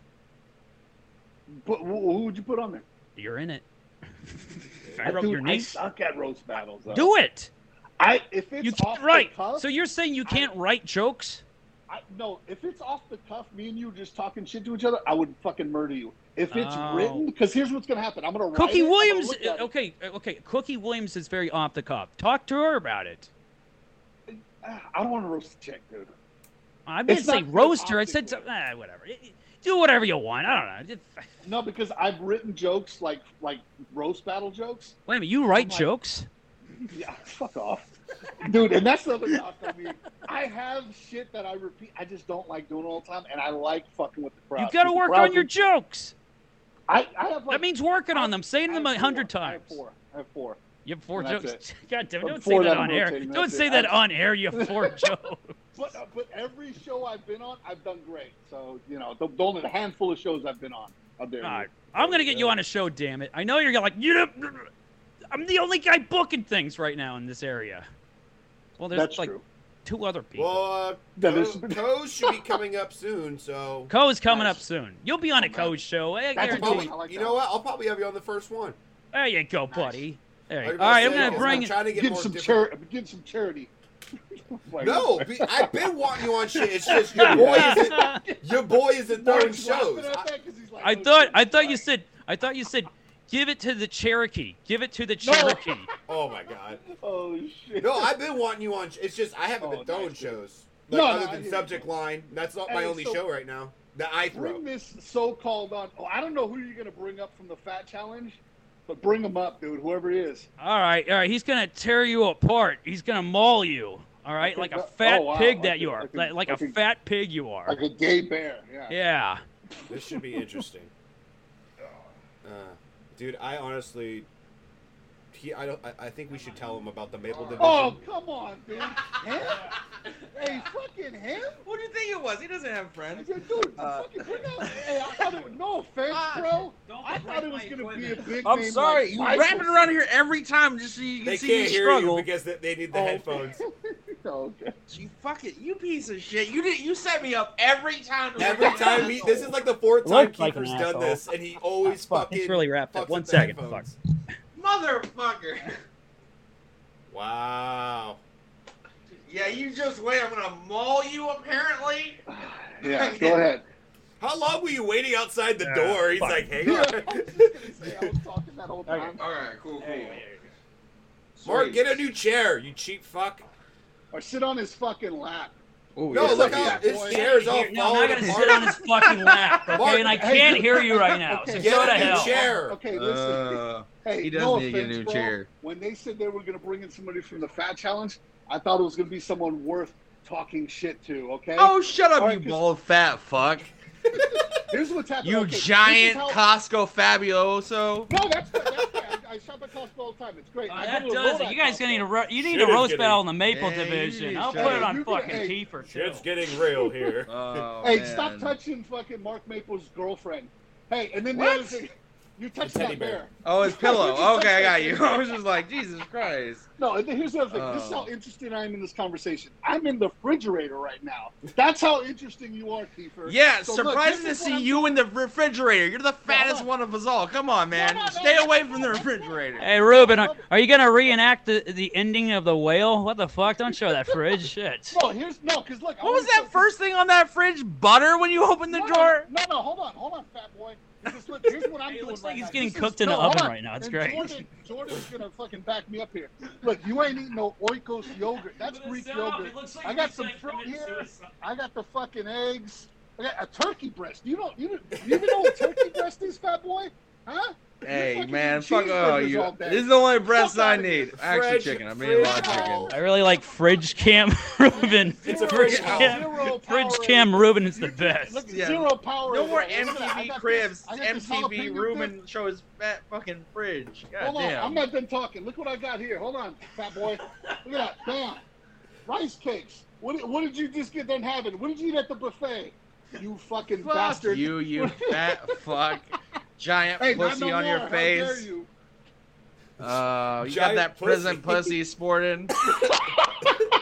Speaker 3: But who who would you put on there?
Speaker 2: You're in
Speaker 3: [LAUGHS]
Speaker 2: it. I wrote
Speaker 3: Dude,
Speaker 2: your
Speaker 3: I
Speaker 2: name.
Speaker 3: suck at roast battles. Though.
Speaker 2: Do it.
Speaker 3: I if it's
Speaker 2: You
Speaker 3: off
Speaker 2: can't
Speaker 3: the
Speaker 2: write.
Speaker 3: cuff-
Speaker 2: So you're saying you
Speaker 3: I-
Speaker 2: can't write jokes?
Speaker 3: I, no, if it's off the cuff, me and you just talking shit to each other, I would fucking murder you. If it's
Speaker 2: Oh.
Speaker 3: written, because here's what's gonna happen: I'm gonna write it,
Speaker 2: Cookie
Speaker 3: I'm gonna
Speaker 2: Williams. uh,
Speaker 3: look at it.
Speaker 2: Okay, okay. Cookie Williams is very off the cuff. Talk to her about it.
Speaker 3: Ah, I don't want to roast the chick, dude.
Speaker 2: I didn't
Speaker 3: It's
Speaker 2: say
Speaker 3: not very
Speaker 2: roaster. I said
Speaker 3: optical.
Speaker 2: ah, whatever. It- it- Do whatever you want. I don't know. Just-
Speaker 3: No, because I've written jokes like like roast battle jokes.
Speaker 2: Wait a minute. You write
Speaker 3: my-
Speaker 2: jokes?
Speaker 3: Yeah, fuck off, [LAUGHS] dude. And that's the other knock on me. I have shit that I repeat. I just don't like doing it all the time, and I like fucking with the crowd.
Speaker 2: You got to
Speaker 3: The
Speaker 2: work
Speaker 3: crowd
Speaker 2: on your
Speaker 3: can-
Speaker 2: jokes.
Speaker 3: I, I have like.
Speaker 2: That means working on them, saying
Speaker 3: I
Speaker 2: them
Speaker 3: have
Speaker 2: a hundred
Speaker 3: four. I have
Speaker 2: times.
Speaker 3: four. I have four.
Speaker 2: You have four
Speaker 3: And that's
Speaker 2: jokes. [LAUGHS] God damn! it,
Speaker 3: But
Speaker 2: Don't say
Speaker 3: before
Speaker 2: that
Speaker 3: that,
Speaker 2: on
Speaker 3: I'm
Speaker 2: air.
Speaker 3: rotating,
Speaker 2: Don't
Speaker 3: that's
Speaker 2: say
Speaker 3: it.
Speaker 2: that
Speaker 3: I-
Speaker 2: on air. You have
Speaker 3: [LAUGHS]
Speaker 2: four jokes.
Speaker 3: But uh, but every show I've been on, I've done great. So you know, the, the only handful of shows I've been on, I'll do.
Speaker 2: All right. I'm gonna get you on a show, damn it. I know you're like you. don't- I'm the only guy booking things right now in this area. Well, there's
Speaker 3: That's
Speaker 2: like
Speaker 3: true.
Speaker 2: two other people.
Speaker 1: Well, uh,
Speaker 3: That is-
Speaker 1: Co- Co's should be coming up soon, so.
Speaker 2: Co is coming
Speaker 3: Nice.
Speaker 2: up soon. You'll be on a
Speaker 3: Oh, man.
Speaker 2: Co's show. I
Speaker 3: That's
Speaker 1: I'll
Speaker 2: guarantee
Speaker 1: probably-
Speaker 3: I like
Speaker 1: you
Speaker 3: that.
Speaker 1: know what? I'll probably have you on the first one.
Speaker 2: you. There you go, buddy. There
Speaker 1: I
Speaker 2: you
Speaker 1: was
Speaker 2: go. All right, I'm
Speaker 1: say,
Speaker 2: gonna
Speaker 1: I'm
Speaker 2: bring.
Speaker 1: trying to get
Speaker 3: [LAUGHS] give
Speaker 1: more
Speaker 3: some
Speaker 1: different-
Speaker 3: charity. Give some charity. [LAUGHS] Like-
Speaker 1: No, be, I've been wanting you on shit. It's just
Speaker 2: [LAUGHS]
Speaker 1: your boy isn't. Your boy isn't throwing
Speaker 3: Mark's laughing
Speaker 1: shows.
Speaker 3: at
Speaker 1: I-
Speaker 3: that 'cause he's like,
Speaker 2: I
Speaker 3: "Oh,
Speaker 2: thought.
Speaker 3: shit,
Speaker 2: I thought you
Speaker 3: like-
Speaker 2: said. I thought you said. Give it to the Cherokee. Give it to the
Speaker 3: No.
Speaker 2: Cherokee.
Speaker 1: oh my god.
Speaker 3: [LAUGHS] Oh shit!
Speaker 1: No, I've been wanting you on. sh- It's just I haven't
Speaker 3: Oh,
Speaker 1: been throwing
Speaker 3: nice, dude.
Speaker 1: shows.
Speaker 3: No,
Speaker 1: Like,
Speaker 3: no,
Speaker 1: other
Speaker 3: I
Speaker 1: than
Speaker 3: hear
Speaker 1: subject
Speaker 3: you.
Speaker 1: line, that's not my
Speaker 3: Hey,
Speaker 1: only
Speaker 3: so-
Speaker 1: show right now that I
Speaker 3: bring
Speaker 1: throw.
Speaker 3: this so-called on. Oh, I don't know who you're gonna bring up from the fat challenge, but bring him up, dude. Whoever it is.
Speaker 2: all right, all right. He's gonna tear you apart. He's gonna maul you. All right,
Speaker 3: Okay,
Speaker 2: like a
Speaker 3: but-
Speaker 2: fat
Speaker 3: oh, wow,
Speaker 2: pig
Speaker 3: I
Speaker 2: that
Speaker 3: can-
Speaker 2: you
Speaker 3: I
Speaker 2: are.
Speaker 3: can-
Speaker 2: like like
Speaker 3: I
Speaker 2: a
Speaker 3: can-
Speaker 2: fat pig you are.
Speaker 3: Like a gay bear. Yeah.
Speaker 2: yeah.
Speaker 1: This should be interesting. Uh, dude, I honestly, he, I don't. I, I think we should tell him about the Maple Division.
Speaker 3: Oh come on, [LAUGHS] dude! Him? hey, fucking him!
Speaker 4: What do you think it was? He doesn't have
Speaker 3: I
Speaker 4: friends.
Speaker 3: said, dude,
Speaker 4: Uh,
Speaker 3: fucking bring out. Hey, I thought it. No offense,
Speaker 4: Ah,
Speaker 3: bro.
Speaker 4: don't
Speaker 3: I thought
Speaker 4: break
Speaker 3: it was
Speaker 4: my
Speaker 3: gonna be a
Speaker 4: equipment.
Speaker 3: big.
Speaker 4: I'm
Speaker 3: name
Speaker 4: sorry,
Speaker 3: like
Speaker 4: you
Speaker 3: Michael-
Speaker 4: wrapping around here every time just so you can
Speaker 1: they
Speaker 4: see
Speaker 1: can't
Speaker 4: me
Speaker 1: hear
Speaker 4: struggle.
Speaker 1: you because they, they need the
Speaker 3: Oh,
Speaker 1: headphones.
Speaker 3: [LAUGHS] okay.
Speaker 4: You fuck it, you piece of shit. You did. You set me up every time. to
Speaker 1: Every
Speaker 4: look like
Speaker 1: time
Speaker 4: an
Speaker 1: he, this is
Speaker 4: asshole.
Speaker 1: like the fourth time
Speaker 2: Looked like an
Speaker 1: Keeper's done
Speaker 2: asshole.
Speaker 1: this, and he always
Speaker 2: Fuck,
Speaker 1: fucking.
Speaker 2: it's really wrapped
Speaker 1: fucks
Speaker 2: up. One
Speaker 1: the
Speaker 2: second. Fuck.
Speaker 1: headphones.
Speaker 4: motherfucker.
Speaker 1: Wow.
Speaker 4: Yeah, you just wait. I'm gonna maul you. Apparently.
Speaker 3: Yeah, go ahead.
Speaker 1: How long were you waiting outside the
Speaker 2: Yeah,
Speaker 1: door? He's
Speaker 2: fuck.
Speaker 1: like, hang
Speaker 3: [LAUGHS] [LAUGHS]
Speaker 1: on.
Speaker 3: Yeah, I was just gonna say, I was talking that whole time.
Speaker 4: All right, cool, cool.
Speaker 1: Mark,
Speaker 4: Sweet.
Speaker 1: get a new chair, you cheap fuck.
Speaker 3: Or sit on his fucking lap.
Speaker 4: Ooh,
Speaker 1: No,
Speaker 4: yeah.
Speaker 1: look
Speaker 3: yeah,
Speaker 1: how his
Speaker 3: boy.
Speaker 1: chair's all
Speaker 2: Here, no,
Speaker 1: falling
Speaker 2: I'm not gonna sit on
Speaker 1: apart.
Speaker 2: his
Speaker 3: [LAUGHS]
Speaker 2: fucking lap, okay?
Speaker 1: Mark,
Speaker 2: and I
Speaker 3: hey,
Speaker 2: can't
Speaker 3: dude.
Speaker 2: hear you right now.
Speaker 3: [LAUGHS]
Speaker 2: So
Speaker 3: Okay.
Speaker 1: Get
Speaker 2: go to
Speaker 1: a new
Speaker 2: hell.
Speaker 1: chair.
Speaker 3: Okay, listen.
Speaker 4: Uh,
Speaker 3: hey,
Speaker 4: he does
Speaker 3: no
Speaker 4: need to get a
Speaker 3: offense,
Speaker 4: new
Speaker 3: bro.
Speaker 4: chair.
Speaker 3: When they said they were going to bring in somebody from the Fat Challenge, I thought it was going to be someone worth talking shit to. Okay.
Speaker 4: oh, shut up,
Speaker 3: All right,
Speaker 4: you
Speaker 3: just-
Speaker 4: bald fat
Speaker 3: [LAUGHS]
Speaker 4: fuck.
Speaker 3: here's what's happening.
Speaker 4: You
Speaker 3: Okay, this is
Speaker 4: giant
Speaker 3: how-
Speaker 4: Costco Fabioso.
Speaker 3: no, that's good. That's good. I, I shop at Costco all the time. It's great.
Speaker 2: Uh,
Speaker 3: I
Speaker 2: that
Speaker 3: go to
Speaker 2: does
Speaker 3: Lodi
Speaker 2: it. You guys
Speaker 3: Costco.
Speaker 2: gonna need a ro- you need
Speaker 1: Shit
Speaker 2: a
Speaker 1: is
Speaker 2: roast
Speaker 1: getting-
Speaker 2: battle in the Maple
Speaker 4: Yeah, you
Speaker 2: Division.
Speaker 4: need
Speaker 2: I'll
Speaker 4: shit.
Speaker 2: put it on
Speaker 3: You can-
Speaker 2: fucking
Speaker 3: hey,
Speaker 2: Kiefer
Speaker 1: Shit's
Speaker 2: too.
Speaker 1: getting real
Speaker 5: [LAUGHS]
Speaker 1: here.
Speaker 4: Oh,
Speaker 3: Hey,
Speaker 4: man.
Speaker 3: stop touching fucking Mark Maple's girlfriend. Hey, and then the
Speaker 4: What?
Speaker 3: other thing, you touched
Speaker 1: The teddy
Speaker 3: that
Speaker 1: bear.
Speaker 3: bear.
Speaker 4: Oh, his
Speaker 3: You
Speaker 4: [LAUGHS] pillow.
Speaker 3: just
Speaker 4: Okay, I got
Speaker 3: touched
Speaker 4: you. I was just like, Jesus Christ.
Speaker 3: No, and here's the other thing. This is
Speaker 4: Oh.
Speaker 3: how interested I am in this conversation. I'm in the refrigerator right now. That's how interesting you are, Kiefer.
Speaker 4: Yeah,
Speaker 3: So look,
Speaker 4: surprising
Speaker 3: this
Speaker 4: to
Speaker 3: is
Speaker 4: see
Speaker 3: what I'm-
Speaker 4: you in the refrigerator. You're the fattest
Speaker 3: on.
Speaker 4: one of us all. Come on, man.
Speaker 3: no, no,
Speaker 4: Stay
Speaker 3: no,
Speaker 4: away
Speaker 3: no,
Speaker 4: from the
Speaker 3: no, no.
Speaker 4: refrigerator.
Speaker 2: Hey Ruben, are, are you gonna reenact the, the ending of the whale? What the fuck? Don't show that
Speaker 3: [LAUGHS]
Speaker 2: fridge. Shit.
Speaker 3: No, here's no, because look. I
Speaker 4: What was
Speaker 3: wanna
Speaker 4: that
Speaker 3: show-
Speaker 4: first thing on that fridge? Butter when you opened the
Speaker 3: no,
Speaker 4: drawer?
Speaker 3: No, no, no, hold on, hold on, fat boy. Because look, here's what I'm
Speaker 2: Hey, [LAUGHS] it
Speaker 3: doing.
Speaker 2: looks like
Speaker 3: right
Speaker 2: he's
Speaker 3: now.
Speaker 2: getting
Speaker 3: This
Speaker 2: cooked
Speaker 3: is,
Speaker 2: in the
Speaker 3: no,
Speaker 2: oven
Speaker 3: hold on.
Speaker 2: right now. It's
Speaker 3: And
Speaker 2: great.
Speaker 3: Jordan, Jordan's gonna fucking back me up here. Look, you ain't eating no oikos yogurt. That's Greek yogurt. I got some fruit here. I got the fucking eggs. I got a turkey breast. You don't. You, don't, you even know what turkey breast is, fat boy? Huh?
Speaker 4: Hey,
Speaker 3: fucking
Speaker 4: man,
Speaker 3: eating
Speaker 4: fuck oh,
Speaker 3: cheeseburgers
Speaker 4: you.
Speaker 3: all day. [LAUGHS]
Speaker 4: This is the only breast
Speaker 3: Fuck
Speaker 4: I
Speaker 3: outta here.
Speaker 4: need. Actually,
Speaker 1: Fridge-
Speaker 4: chicken. I mean, a lot of
Speaker 1: fridge-
Speaker 4: chicken.
Speaker 2: I really like Fridge Cam [LAUGHS] Ruben.
Speaker 1: It's a
Speaker 3: Zero-
Speaker 1: fridge
Speaker 3: zero
Speaker 1: cam.
Speaker 3: power
Speaker 2: Fridge
Speaker 3: in-
Speaker 2: Cam Ruben is
Speaker 3: You
Speaker 2: the
Speaker 3: just-
Speaker 2: best.
Speaker 3: Look,
Speaker 4: Yeah.
Speaker 3: zero power.
Speaker 4: No
Speaker 3: in
Speaker 4: more
Speaker 3: it. Look at that. I
Speaker 4: MTV
Speaker 3: got
Speaker 4: Cribs.
Speaker 3: this- I got this
Speaker 4: MTV
Speaker 3: jalapeno
Speaker 4: Ruben show his fat fucking fridge.
Speaker 3: dip. Hold
Speaker 4: God
Speaker 3: on, I'm
Speaker 4: damn.
Speaker 3: not done talking. Look what I got here. Hold on, fat boy. Look at that. Bam. Rice cakes. What did, what did you just get done having? What did you eat at the buffet? You fucking
Speaker 4: Fuck
Speaker 3: bastard.
Speaker 4: you, [LAUGHS] you fat fuck. Giant
Speaker 3: Hey, not
Speaker 4: pussy
Speaker 3: no
Speaker 4: on
Speaker 3: more.
Speaker 4: your
Speaker 3: How dare
Speaker 4: face.
Speaker 3: you?
Speaker 5: Uh, you got
Speaker 1: Giant
Speaker 5: that prison
Speaker 1: pussy.
Speaker 5: pussy sporting. Uh,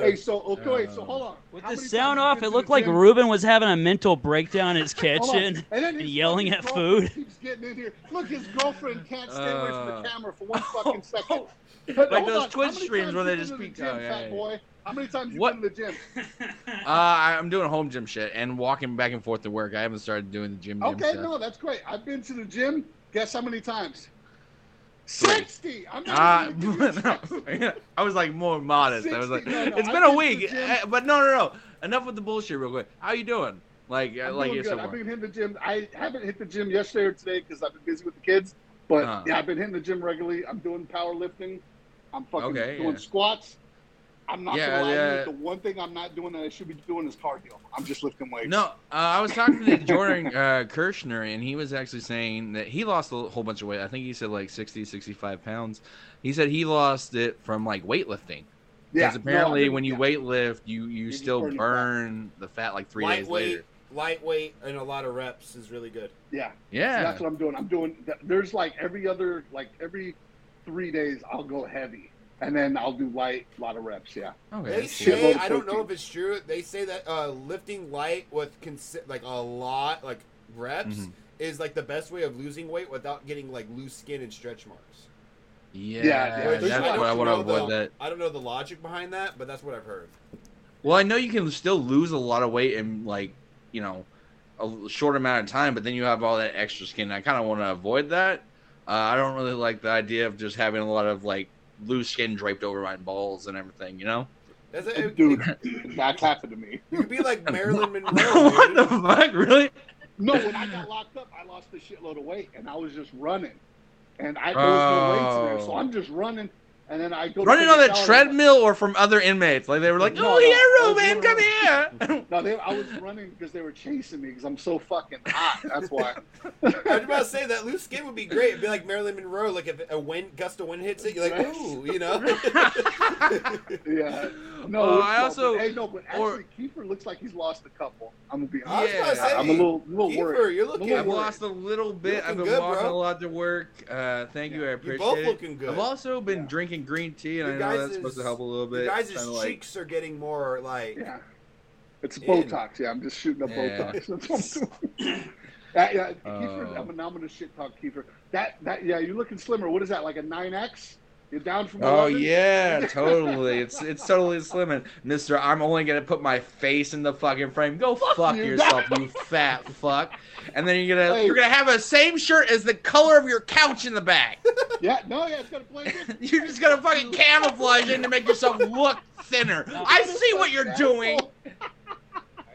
Speaker 3: Hey, so okay, so hold on.
Speaker 2: With
Speaker 3: How
Speaker 2: the
Speaker 3: many
Speaker 2: sound
Speaker 3: times
Speaker 2: off,
Speaker 3: you
Speaker 2: it
Speaker 3: been to the
Speaker 2: looked like
Speaker 3: gym?
Speaker 2: Ruben was having a mental breakdown in [LAUGHS] his
Speaker 3: Hold on.
Speaker 2: kitchen.
Speaker 3: and
Speaker 2: [LAUGHS]
Speaker 3: then
Speaker 2: and
Speaker 3: his
Speaker 2: yelling
Speaker 3: fucking
Speaker 2: at
Speaker 3: girlfriend
Speaker 2: food.
Speaker 3: Keeps getting in here. Look, his girlfriend can't stay away from
Speaker 5: Uh.
Speaker 3: the camera for one
Speaker 5: [LAUGHS]
Speaker 3: fucking second.
Speaker 5: oh.
Speaker 3: But
Speaker 5: Like
Speaker 3: hold
Speaker 5: those
Speaker 3: on,
Speaker 5: Twitch
Speaker 3: how many
Speaker 5: streams
Speaker 3: times
Speaker 5: where they
Speaker 3: you been
Speaker 5: just
Speaker 3: to the
Speaker 5: peek-
Speaker 3: gym,
Speaker 5: oh, yeah,
Speaker 3: fat
Speaker 5: yeah.
Speaker 3: boy. How many times you
Speaker 5: What-
Speaker 3: been to the gym?
Speaker 2: [LAUGHS]
Speaker 5: Uh, I- I'm doing home gym shit and walking back and forth to work. I haven't started doing the gym. gym
Speaker 3: Okay,
Speaker 5: stuff.
Speaker 3: no, that's great. I've been to the gym. Guess how many times?
Speaker 5: Three.
Speaker 3: Sixty. I'm
Speaker 5: Uh, [LAUGHS]
Speaker 3: not even gonna give you a chance.
Speaker 5: no. [LAUGHS] I was like more modest. I was like,
Speaker 3: 60, no, no,
Speaker 5: it's
Speaker 3: I've
Speaker 5: been a
Speaker 3: been to
Speaker 5: week,
Speaker 3: the gym.
Speaker 5: eh, but no, no, no. Enough with the bullshit, real quick. How you doing? Like, uh,
Speaker 3: I'm
Speaker 5: like
Speaker 3: doing
Speaker 5: you're
Speaker 3: good.
Speaker 5: so
Speaker 3: I've been hitting the gym. I haven't hit the gym yesterday or today because I've been busy with the kids. But
Speaker 5: Uh-huh.
Speaker 3: yeah, I've been hitting the gym regularly. I'm doing powerlifting. I'm fucking
Speaker 5: Okay,
Speaker 3: doing
Speaker 5: yeah.
Speaker 3: squats. I'm not
Speaker 5: Yeah,
Speaker 3: gonna lie. to you,
Speaker 5: yeah.
Speaker 3: The one thing I'm not doing that I should be doing is cardio. I'm just lifting weights.
Speaker 5: No, uh, I was talking to Jordan uh, Kirshner, and he was actually saying that he lost a whole bunch of weight. I think he said like 60, 65 pounds. He said he lost it from like weightlifting.
Speaker 3: Yeah,
Speaker 5: Because apparently,
Speaker 3: no, I've
Speaker 5: when you
Speaker 3: been-
Speaker 5: weight weightlift, you, you,
Speaker 3: just
Speaker 5: still
Speaker 3: burn the fat.
Speaker 5: burn the fat like three days
Speaker 1: lightweight,
Speaker 5: later.
Speaker 1: lightweight, and a lot of reps is really good.
Speaker 3: yeah, So
Speaker 5: Yeah.
Speaker 3: that's what I'm doing. I'm doing. th- There's like every other, like every three days, I'll go heavy, and then I'll do light, a lot of reps. Yeah.
Speaker 5: Okay.
Speaker 1: They
Speaker 5: that's
Speaker 3: shit.
Speaker 5: cool.
Speaker 1: say
Speaker 3: Shitload of
Speaker 1: I don't know
Speaker 3: protein.
Speaker 1: if it's true. They say that uh, lifting light with consi- like a lot like reps
Speaker 5: Mhm.
Speaker 1: is like the best way of losing weight without getting like loose skin and stretch marks.
Speaker 5: Yeah,
Speaker 3: yeah,
Speaker 1: Which
Speaker 3: there's
Speaker 5: that's
Speaker 3: no-
Speaker 5: what I
Speaker 1: don't
Speaker 5: want to
Speaker 1: know
Speaker 5: avoid
Speaker 1: the-
Speaker 5: that.
Speaker 1: I don't know the logic behind that, but that's what I've heard.
Speaker 5: Well, I know you can still lose a lot of weight in like you know a short amount of time, but then you have all that extra skin. I kind of want to avoid that. Uh, I don't really like the idea of just having a lot of like loose skin draped over my balls and everything. You know?
Speaker 1: That's it.
Speaker 3: [LAUGHS] Dude, that's happened to me.
Speaker 1: You could be
Speaker 5: [LAUGHS]
Speaker 1: like Marilyn Monroe.
Speaker 5: what
Speaker 1: dude.
Speaker 5: the fuck, really?
Speaker 3: No, when I [LAUGHS] got locked up, I lost a shitload of weight, and I was just running, and I there was no weights in there, so
Speaker 5: Oh.
Speaker 3: I'm just running, and then I go to
Speaker 5: Running
Speaker 3: take a
Speaker 5: on that
Speaker 3: shower, and I'm
Speaker 5: treadmill or from other inmates? Like they were like,
Speaker 3: No,
Speaker 5: "Oh
Speaker 3: no, I
Speaker 5: yeah,
Speaker 3: was
Speaker 5: Ruben, come
Speaker 3: [LAUGHS]
Speaker 5: here."
Speaker 3: like- No, they, I was running because they were chasing me because I'm so fucking hot. That's [LAUGHS] why.
Speaker 1: I was about to say that loose skin would be great. It'd be like Marilyn Monroe. Like if a wind gust of wind hits it, you're like,
Speaker 3: Right.
Speaker 1: ooh, you
Speaker 5: [LAUGHS]
Speaker 1: know. [LAUGHS]
Speaker 3: Yeah. No,
Speaker 5: Uh,
Speaker 3: it's-
Speaker 5: I
Speaker 3: no,
Speaker 5: also-
Speaker 3: But, hey, no, but
Speaker 5: or-
Speaker 3: actually, Kiefer looks like he's lost a couple. I'm gonna be
Speaker 1: I was
Speaker 3: honest.
Speaker 1: about to
Speaker 5: Yeah.
Speaker 1: say,
Speaker 3: I'm a little, little
Speaker 1: Kiefer,
Speaker 3: worried.
Speaker 1: you're looking.
Speaker 3: Little
Speaker 5: I've
Speaker 3: worried.
Speaker 5: lost a little bit. I've
Speaker 1: looking
Speaker 5: been
Speaker 1: good,
Speaker 5: walking
Speaker 1: bro.
Speaker 5: a lot to work. Uh, thank you, I
Speaker 1: You're
Speaker 5: appreciate
Speaker 1: both
Speaker 5: it.
Speaker 1: looking good.
Speaker 5: I've also been
Speaker 3: Yeah.
Speaker 5: drinking green tea, and
Speaker 1: You
Speaker 5: I know
Speaker 1: guys
Speaker 5: that's supposed to
Speaker 1: is-
Speaker 5: help a little bit.
Speaker 1: You guys'
Speaker 5: Kinda like-
Speaker 1: cheeks are getting more like.
Speaker 3: Yeah. It's
Speaker 1: Yeah.
Speaker 3: Botox. Yeah, I'm just shooting up
Speaker 5: Yeah.
Speaker 3: Botox. That's what
Speaker 5: [LAUGHS]
Speaker 3: I'm doing. That- yeah,
Speaker 5: Oh.
Speaker 3: Kiefer, I'm, I'm gonna shit talk Kiefer. That that yeah, you're looking slimmer. What is that? Like a nine X? You're down from.
Speaker 5: oh
Speaker 3: 11?
Speaker 1: [LAUGHS]
Speaker 5: yeah, totally. It's it's totally slimming, Mister. I'm only gonna put my face in the fucking frame. Go fuck,
Speaker 3: you.
Speaker 5: yourself, you fat fuck. And then you're gonna
Speaker 3: Hey.
Speaker 5: you're gonna have a same shirt as the color of your couch in the back.
Speaker 3: Yeah. No. Yeah. It's gonna
Speaker 5: [LAUGHS]
Speaker 3: play. different.
Speaker 5: You're just gonna fucking [LAUGHS] camouflage in to make yourself look thinner. I see what you're doing.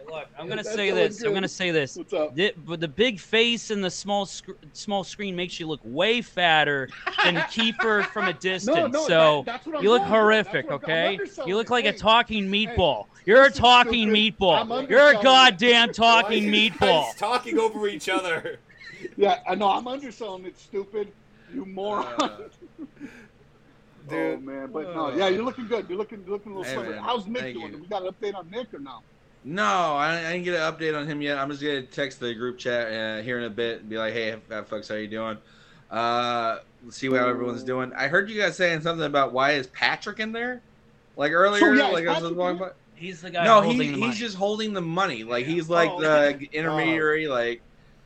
Speaker 2: Look, I'm gonna
Speaker 3: That's
Speaker 2: say
Speaker 3: all
Speaker 2: this. I'm
Speaker 3: good.
Speaker 2: gonna say this.
Speaker 3: What's up?
Speaker 2: The, but the big face and the small sc- small screen makes you look way fatter than Kiefer [LAUGHS] from a distance.
Speaker 3: No, no.
Speaker 2: so
Speaker 3: that- that's what I'm
Speaker 2: you look
Speaker 3: going with. That's
Speaker 2: horrific,
Speaker 3: what I'm- I'm
Speaker 2: okay?
Speaker 3: underselling
Speaker 2: You look
Speaker 3: it.
Speaker 2: like a
Speaker 3: Hey,
Speaker 2: talking meatball. You're a
Speaker 3: this is
Speaker 2: talking
Speaker 3: stupid. I'm
Speaker 2: meatball.
Speaker 3: underselling
Speaker 2: You're a [LAUGHS]
Speaker 3: it.
Speaker 2: goddamn
Speaker 1: Why
Speaker 2: talking
Speaker 1: are you guys
Speaker 2: meatball.
Speaker 1: Talking over each
Speaker 3: [LAUGHS]
Speaker 1: other.
Speaker 3: Yeah. I know. I'm underselling it. Stupid. You moron.
Speaker 5: Uh,
Speaker 3: [LAUGHS] Oh
Speaker 1: Dude.
Speaker 3: man, but no, yeah, you're looking good. You're looking, looking a little
Speaker 5: Hey,
Speaker 3: slimmer.
Speaker 5: man.
Speaker 3: How's Nick
Speaker 5: Thank
Speaker 3: doing?
Speaker 5: you.
Speaker 3: We got an update on Nick or no?
Speaker 5: No, I, I didn't get an update on him yet. I'm just gonna text the group chat uh, here in a bit and be like, "Hey, fat fucks, how you doing?" Uh, let's see how everyone's doing. I heard you guys saying something about why is Patrick in there, like earlier,
Speaker 3: yeah, is
Speaker 5: like I was
Speaker 3: Patrick
Speaker 5: walking
Speaker 3: in
Speaker 5: by.
Speaker 2: He's the guy
Speaker 5: No,
Speaker 2: holding
Speaker 5: he,
Speaker 2: the
Speaker 5: he's
Speaker 2: money.
Speaker 5: just holding the money. Like
Speaker 3: Yeah.
Speaker 5: he's like
Speaker 3: Oh,
Speaker 5: the intermediary. Like,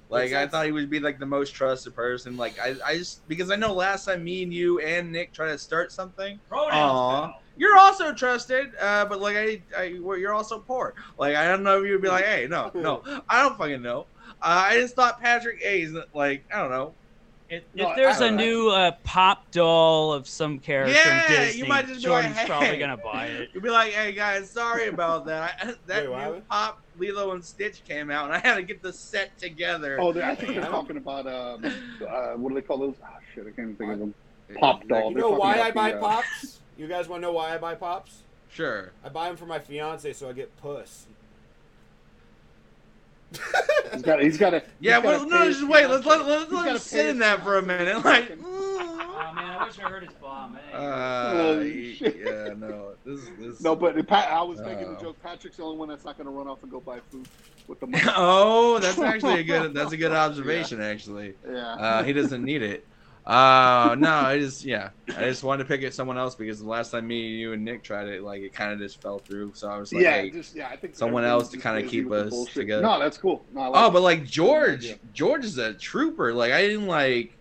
Speaker 5: like I
Speaker 1: sense.
Speaker 5: thought he would be like the most trusted person. Like I, I just because I know last time me and you and Nick tried to start something. Aw. You're also trusted, uh, but like I, I, well, you're also poor. Like I don't know if you'd be like, hey, no, no, I don't fucking know. Uh, I just thought Patrick A is like, I don't know.
Speaker 2: If,
Speaker 3: No,
Speaker 2: if there's
Speaker 5: I-
Speaker 2: a new uh, pop doll of some character
Speaker 5: Yeah,
Speaker 2: from
Speaker 5: you
Speaker 2: Disney,
Speaker 5: might just be like,
Speaker 2: Jordan's
Speaker 5: "Hey."
Speaker 2: probably gonna buy it.
Speaker 5: You'd be like, hey guys, sorry about that. I, [LAUGHS] that
Speaker 1: Wait, what
Speaker 5: new
Speaker 1: happened?
Speaker 5: pop Lilo and Stitch came out, and I had to get the set together.
Speaker 3: Oh, they're, I think they're
Speaker 1: Yeah.
Speaker 3: talking about um, uh, what do they call those? Ah, shit, I can't even think of them.
Speaker 5: It-
Speaker 3: Pop doll.
Speaker 1: You
Speaker 3: They're
Speaker 1: know
Speaker 3: fucking
Speaker 1: why
Speaker 3: up
Speaker 1: I buy
Speaker 3: the, uh,
Speaker 1: pops? You guys want to know why I buy pops?
Speaker 5: Sure.
Speaker 1: I buy them for my fiance so I get puss.
Speaker 3: He's got, he's got a.
Speaker 5: Yeah,
Speaker 3: he's got
Speaker 5: well,
Speaker 3: a
Speaker 5: no,
Speaker 3: pay-
Speaker 5: just wait. Let's let let
Speaker 3: he's
Speaker 5: let
Speaker 3: gotta
Speaker 5: him
Speaker 3: pay
Speaker 5: sit in
Speaker 3: his
Speaker 5: that for a minute.
Speaker 2: [LAUGHS]
Speaker 5: Like, mm.
Speaker 2: Oh man, I wish I heard his bomb. eh?
Speaker 5: uh,
Speaker 3: shit.
Speaker 5: yeah, no, this this. [LAUGHS]
Speaker 3: No, but it, Pat, I was making
Speaker 5: Oh.
Speaker 3: the joke. Patrick's the only one that's not going to run off and go buy food with
Speaker 5: [LAUGHS]
Speaker 3: the money. [LAUGHS]
Speaker 5: oh, that's actually a good that's a good observation actually.
Speaker 3: yeah.
Speaker 5: Uh, he doesn't need it. Uh, no, I just yeah, I just wanted to pick at someone else because the last time me, you, and Nick tried it, like it kind of just fell through. So I was like,
Speaker 3: yeah,
Speaker 5: hey,
Speaker 3: just yeah. I think
Speaker 5: someone
Speaker 3: everything's
Speaker 5: else to
Speaker 3: just
Speaker 5: kinda
Speaker 3: busy
Speaker 5: keep
Speaker 3: with the
Speaker 5: us
Speaker 3: bullshit.
Speaker 5: together.
Speaker 3: No, that's cool. No, I like
Speaker 5: oh,
Speaker 3: it.
Speaker 5: but like George,
Speaker 3: idea.
Speaker 5: George is a trooper. Like I didn't like.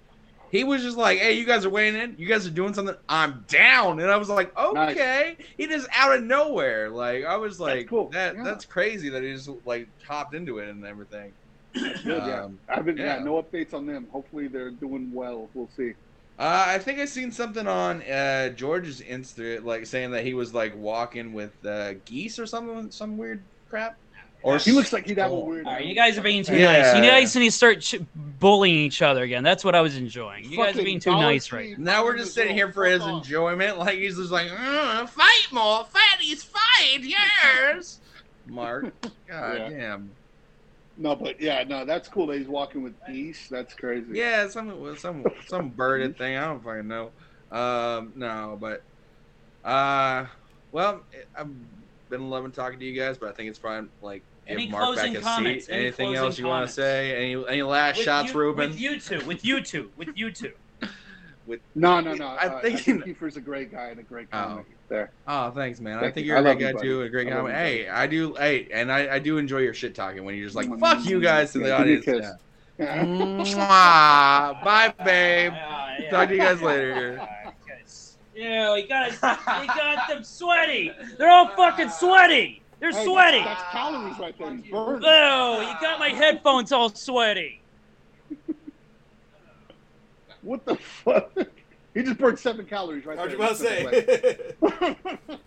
Speaker 5: He was just like, "Hey, you guys are weighing in. You guys are doing something. I'm down." And I was like,
Speaker 3: Nice.
Speaker 5: "Okay." He just out of nowhere. Like I was like,
Speaker 3: cool.
Speaker 5: "That
Speaker 3: Yeah.
Speaker 5: that's crazy that he just like hopped into it and everything."
Speaker 3: Good, yeah.
Speaker 5: Um,
Speaker 3: I've been yeah.
Speaker 5: yeah.
Speaker 3: No updates on them. Hopefully they're doing well. We'll see.
Speaker 5: Uh, I think I seen something on uh, George's Insta, like saying that he was like walking with uh, geese or something, some weird crap. Or
Speaker 3: He looks like he'd have a
Speaker 5: Oh.
Speaker 3: weird.
Speaker 2: All right, you guys are being too
Speaker 5: Yeah.
Speaker 2: nice. You guys need to start ch- bullying each other again. That's what I was enjoying. You guys are
Speaker 3: Fucking
Speaker 2: being too
Speaker 3: Dollar
Speaker 2: nice
Speaker 3: Tree
Speaker 2: right now.
Speaker 5: Now we're just sitting here for his
Speaker 3: Fuck off.
Speaker 5: enjoyment. Like he's just like, "Uh, fight more, fatties, fight yours. Mark, god
Speaker 3: Yeah.
Speaker 5: damn.
Speaker 3: No, but yeah, no, that's cool that he's walking with geese. That's crazy.
Speaker 5: Yeah, some some some birded thing. I don't fucking know. Um, no, but uh, well, I've been loving talking to you guys, but I think it's probably like give
Speaker 6: Any
Speaker 5: Mark back
Speaker 6: closing
Speaker 5: his
Speaker 6: comments?
Speaker 5: seat.
Speaker 6: Any
Speaker 5: Anything
Speaker 6: closing
Speaker 5: else you want to
Speaker 6: comments?
Speaker 5: say? Any any last
Speaker 6: With
Speaker 5: shots,
Speaker 6: you,
Speaker 5: Ruben?
Speaker 6: With you two, with you two, with you two.
Speaker 3: No, no, no.
Speaker 5: I
Speaker 3: I, uh,
Speaker 5: think-
Speaker 3: think, I think Kiefer's a great guy and a great
Speaker 5: Oh.
Speaker 3: comic. There.
Speaker 5: Oh, thanks, man. I
Speaker 3: Thank
Speaker 5: think
Speaker 3: you.
Speaker 5: you're a
Speaker 3: I
Speaker 5: great
Speaker 3: love you,
Speaker 5: guy
Speaker 3: buddy.
Speaker 5: too. A great
Speaker 3: I
Speaker 5: guy.
Speaker 3: love you,
Speaker 5: Hey, I do. Hey, and I, I do enjoy your shit talking when you're just like,
Speaker 3: Mm.
Speaker 5: "Fuck you guys" to the
Speaker 3: Yeah, give me a
Speaker 5: audience. Yeah. Mm-hmm.
Speaker 3: kiss.
Speaker 5: Mwah. Bye, [LAUGHS] babe.
Speaker 6: Ah, yeah.
Speaker 5: Talk to
Speaker 2: [LAUGHS]
Speaker 5: you guys later.
Speaker 6: Ah, guys. Ew, he got, his, he got them sweaty. They're all fucking sweaty. They're
Speaker 3: Hey,
Speaker 6: sweaty.
Speaker 3: That's calories right there. He's
Speaker 6: Ew, you
Speaker 3: burning.
Speaker 6: got my headphones all sweaty.
Speaker 3: What the fuck? [LAUGHS] He just burned seven calories right
Speaker 1: I was
Speaker 3: there.
Speaker 1: about to
Speaker 3: Just
Speaker 1: say.
Speaker 3: took a break.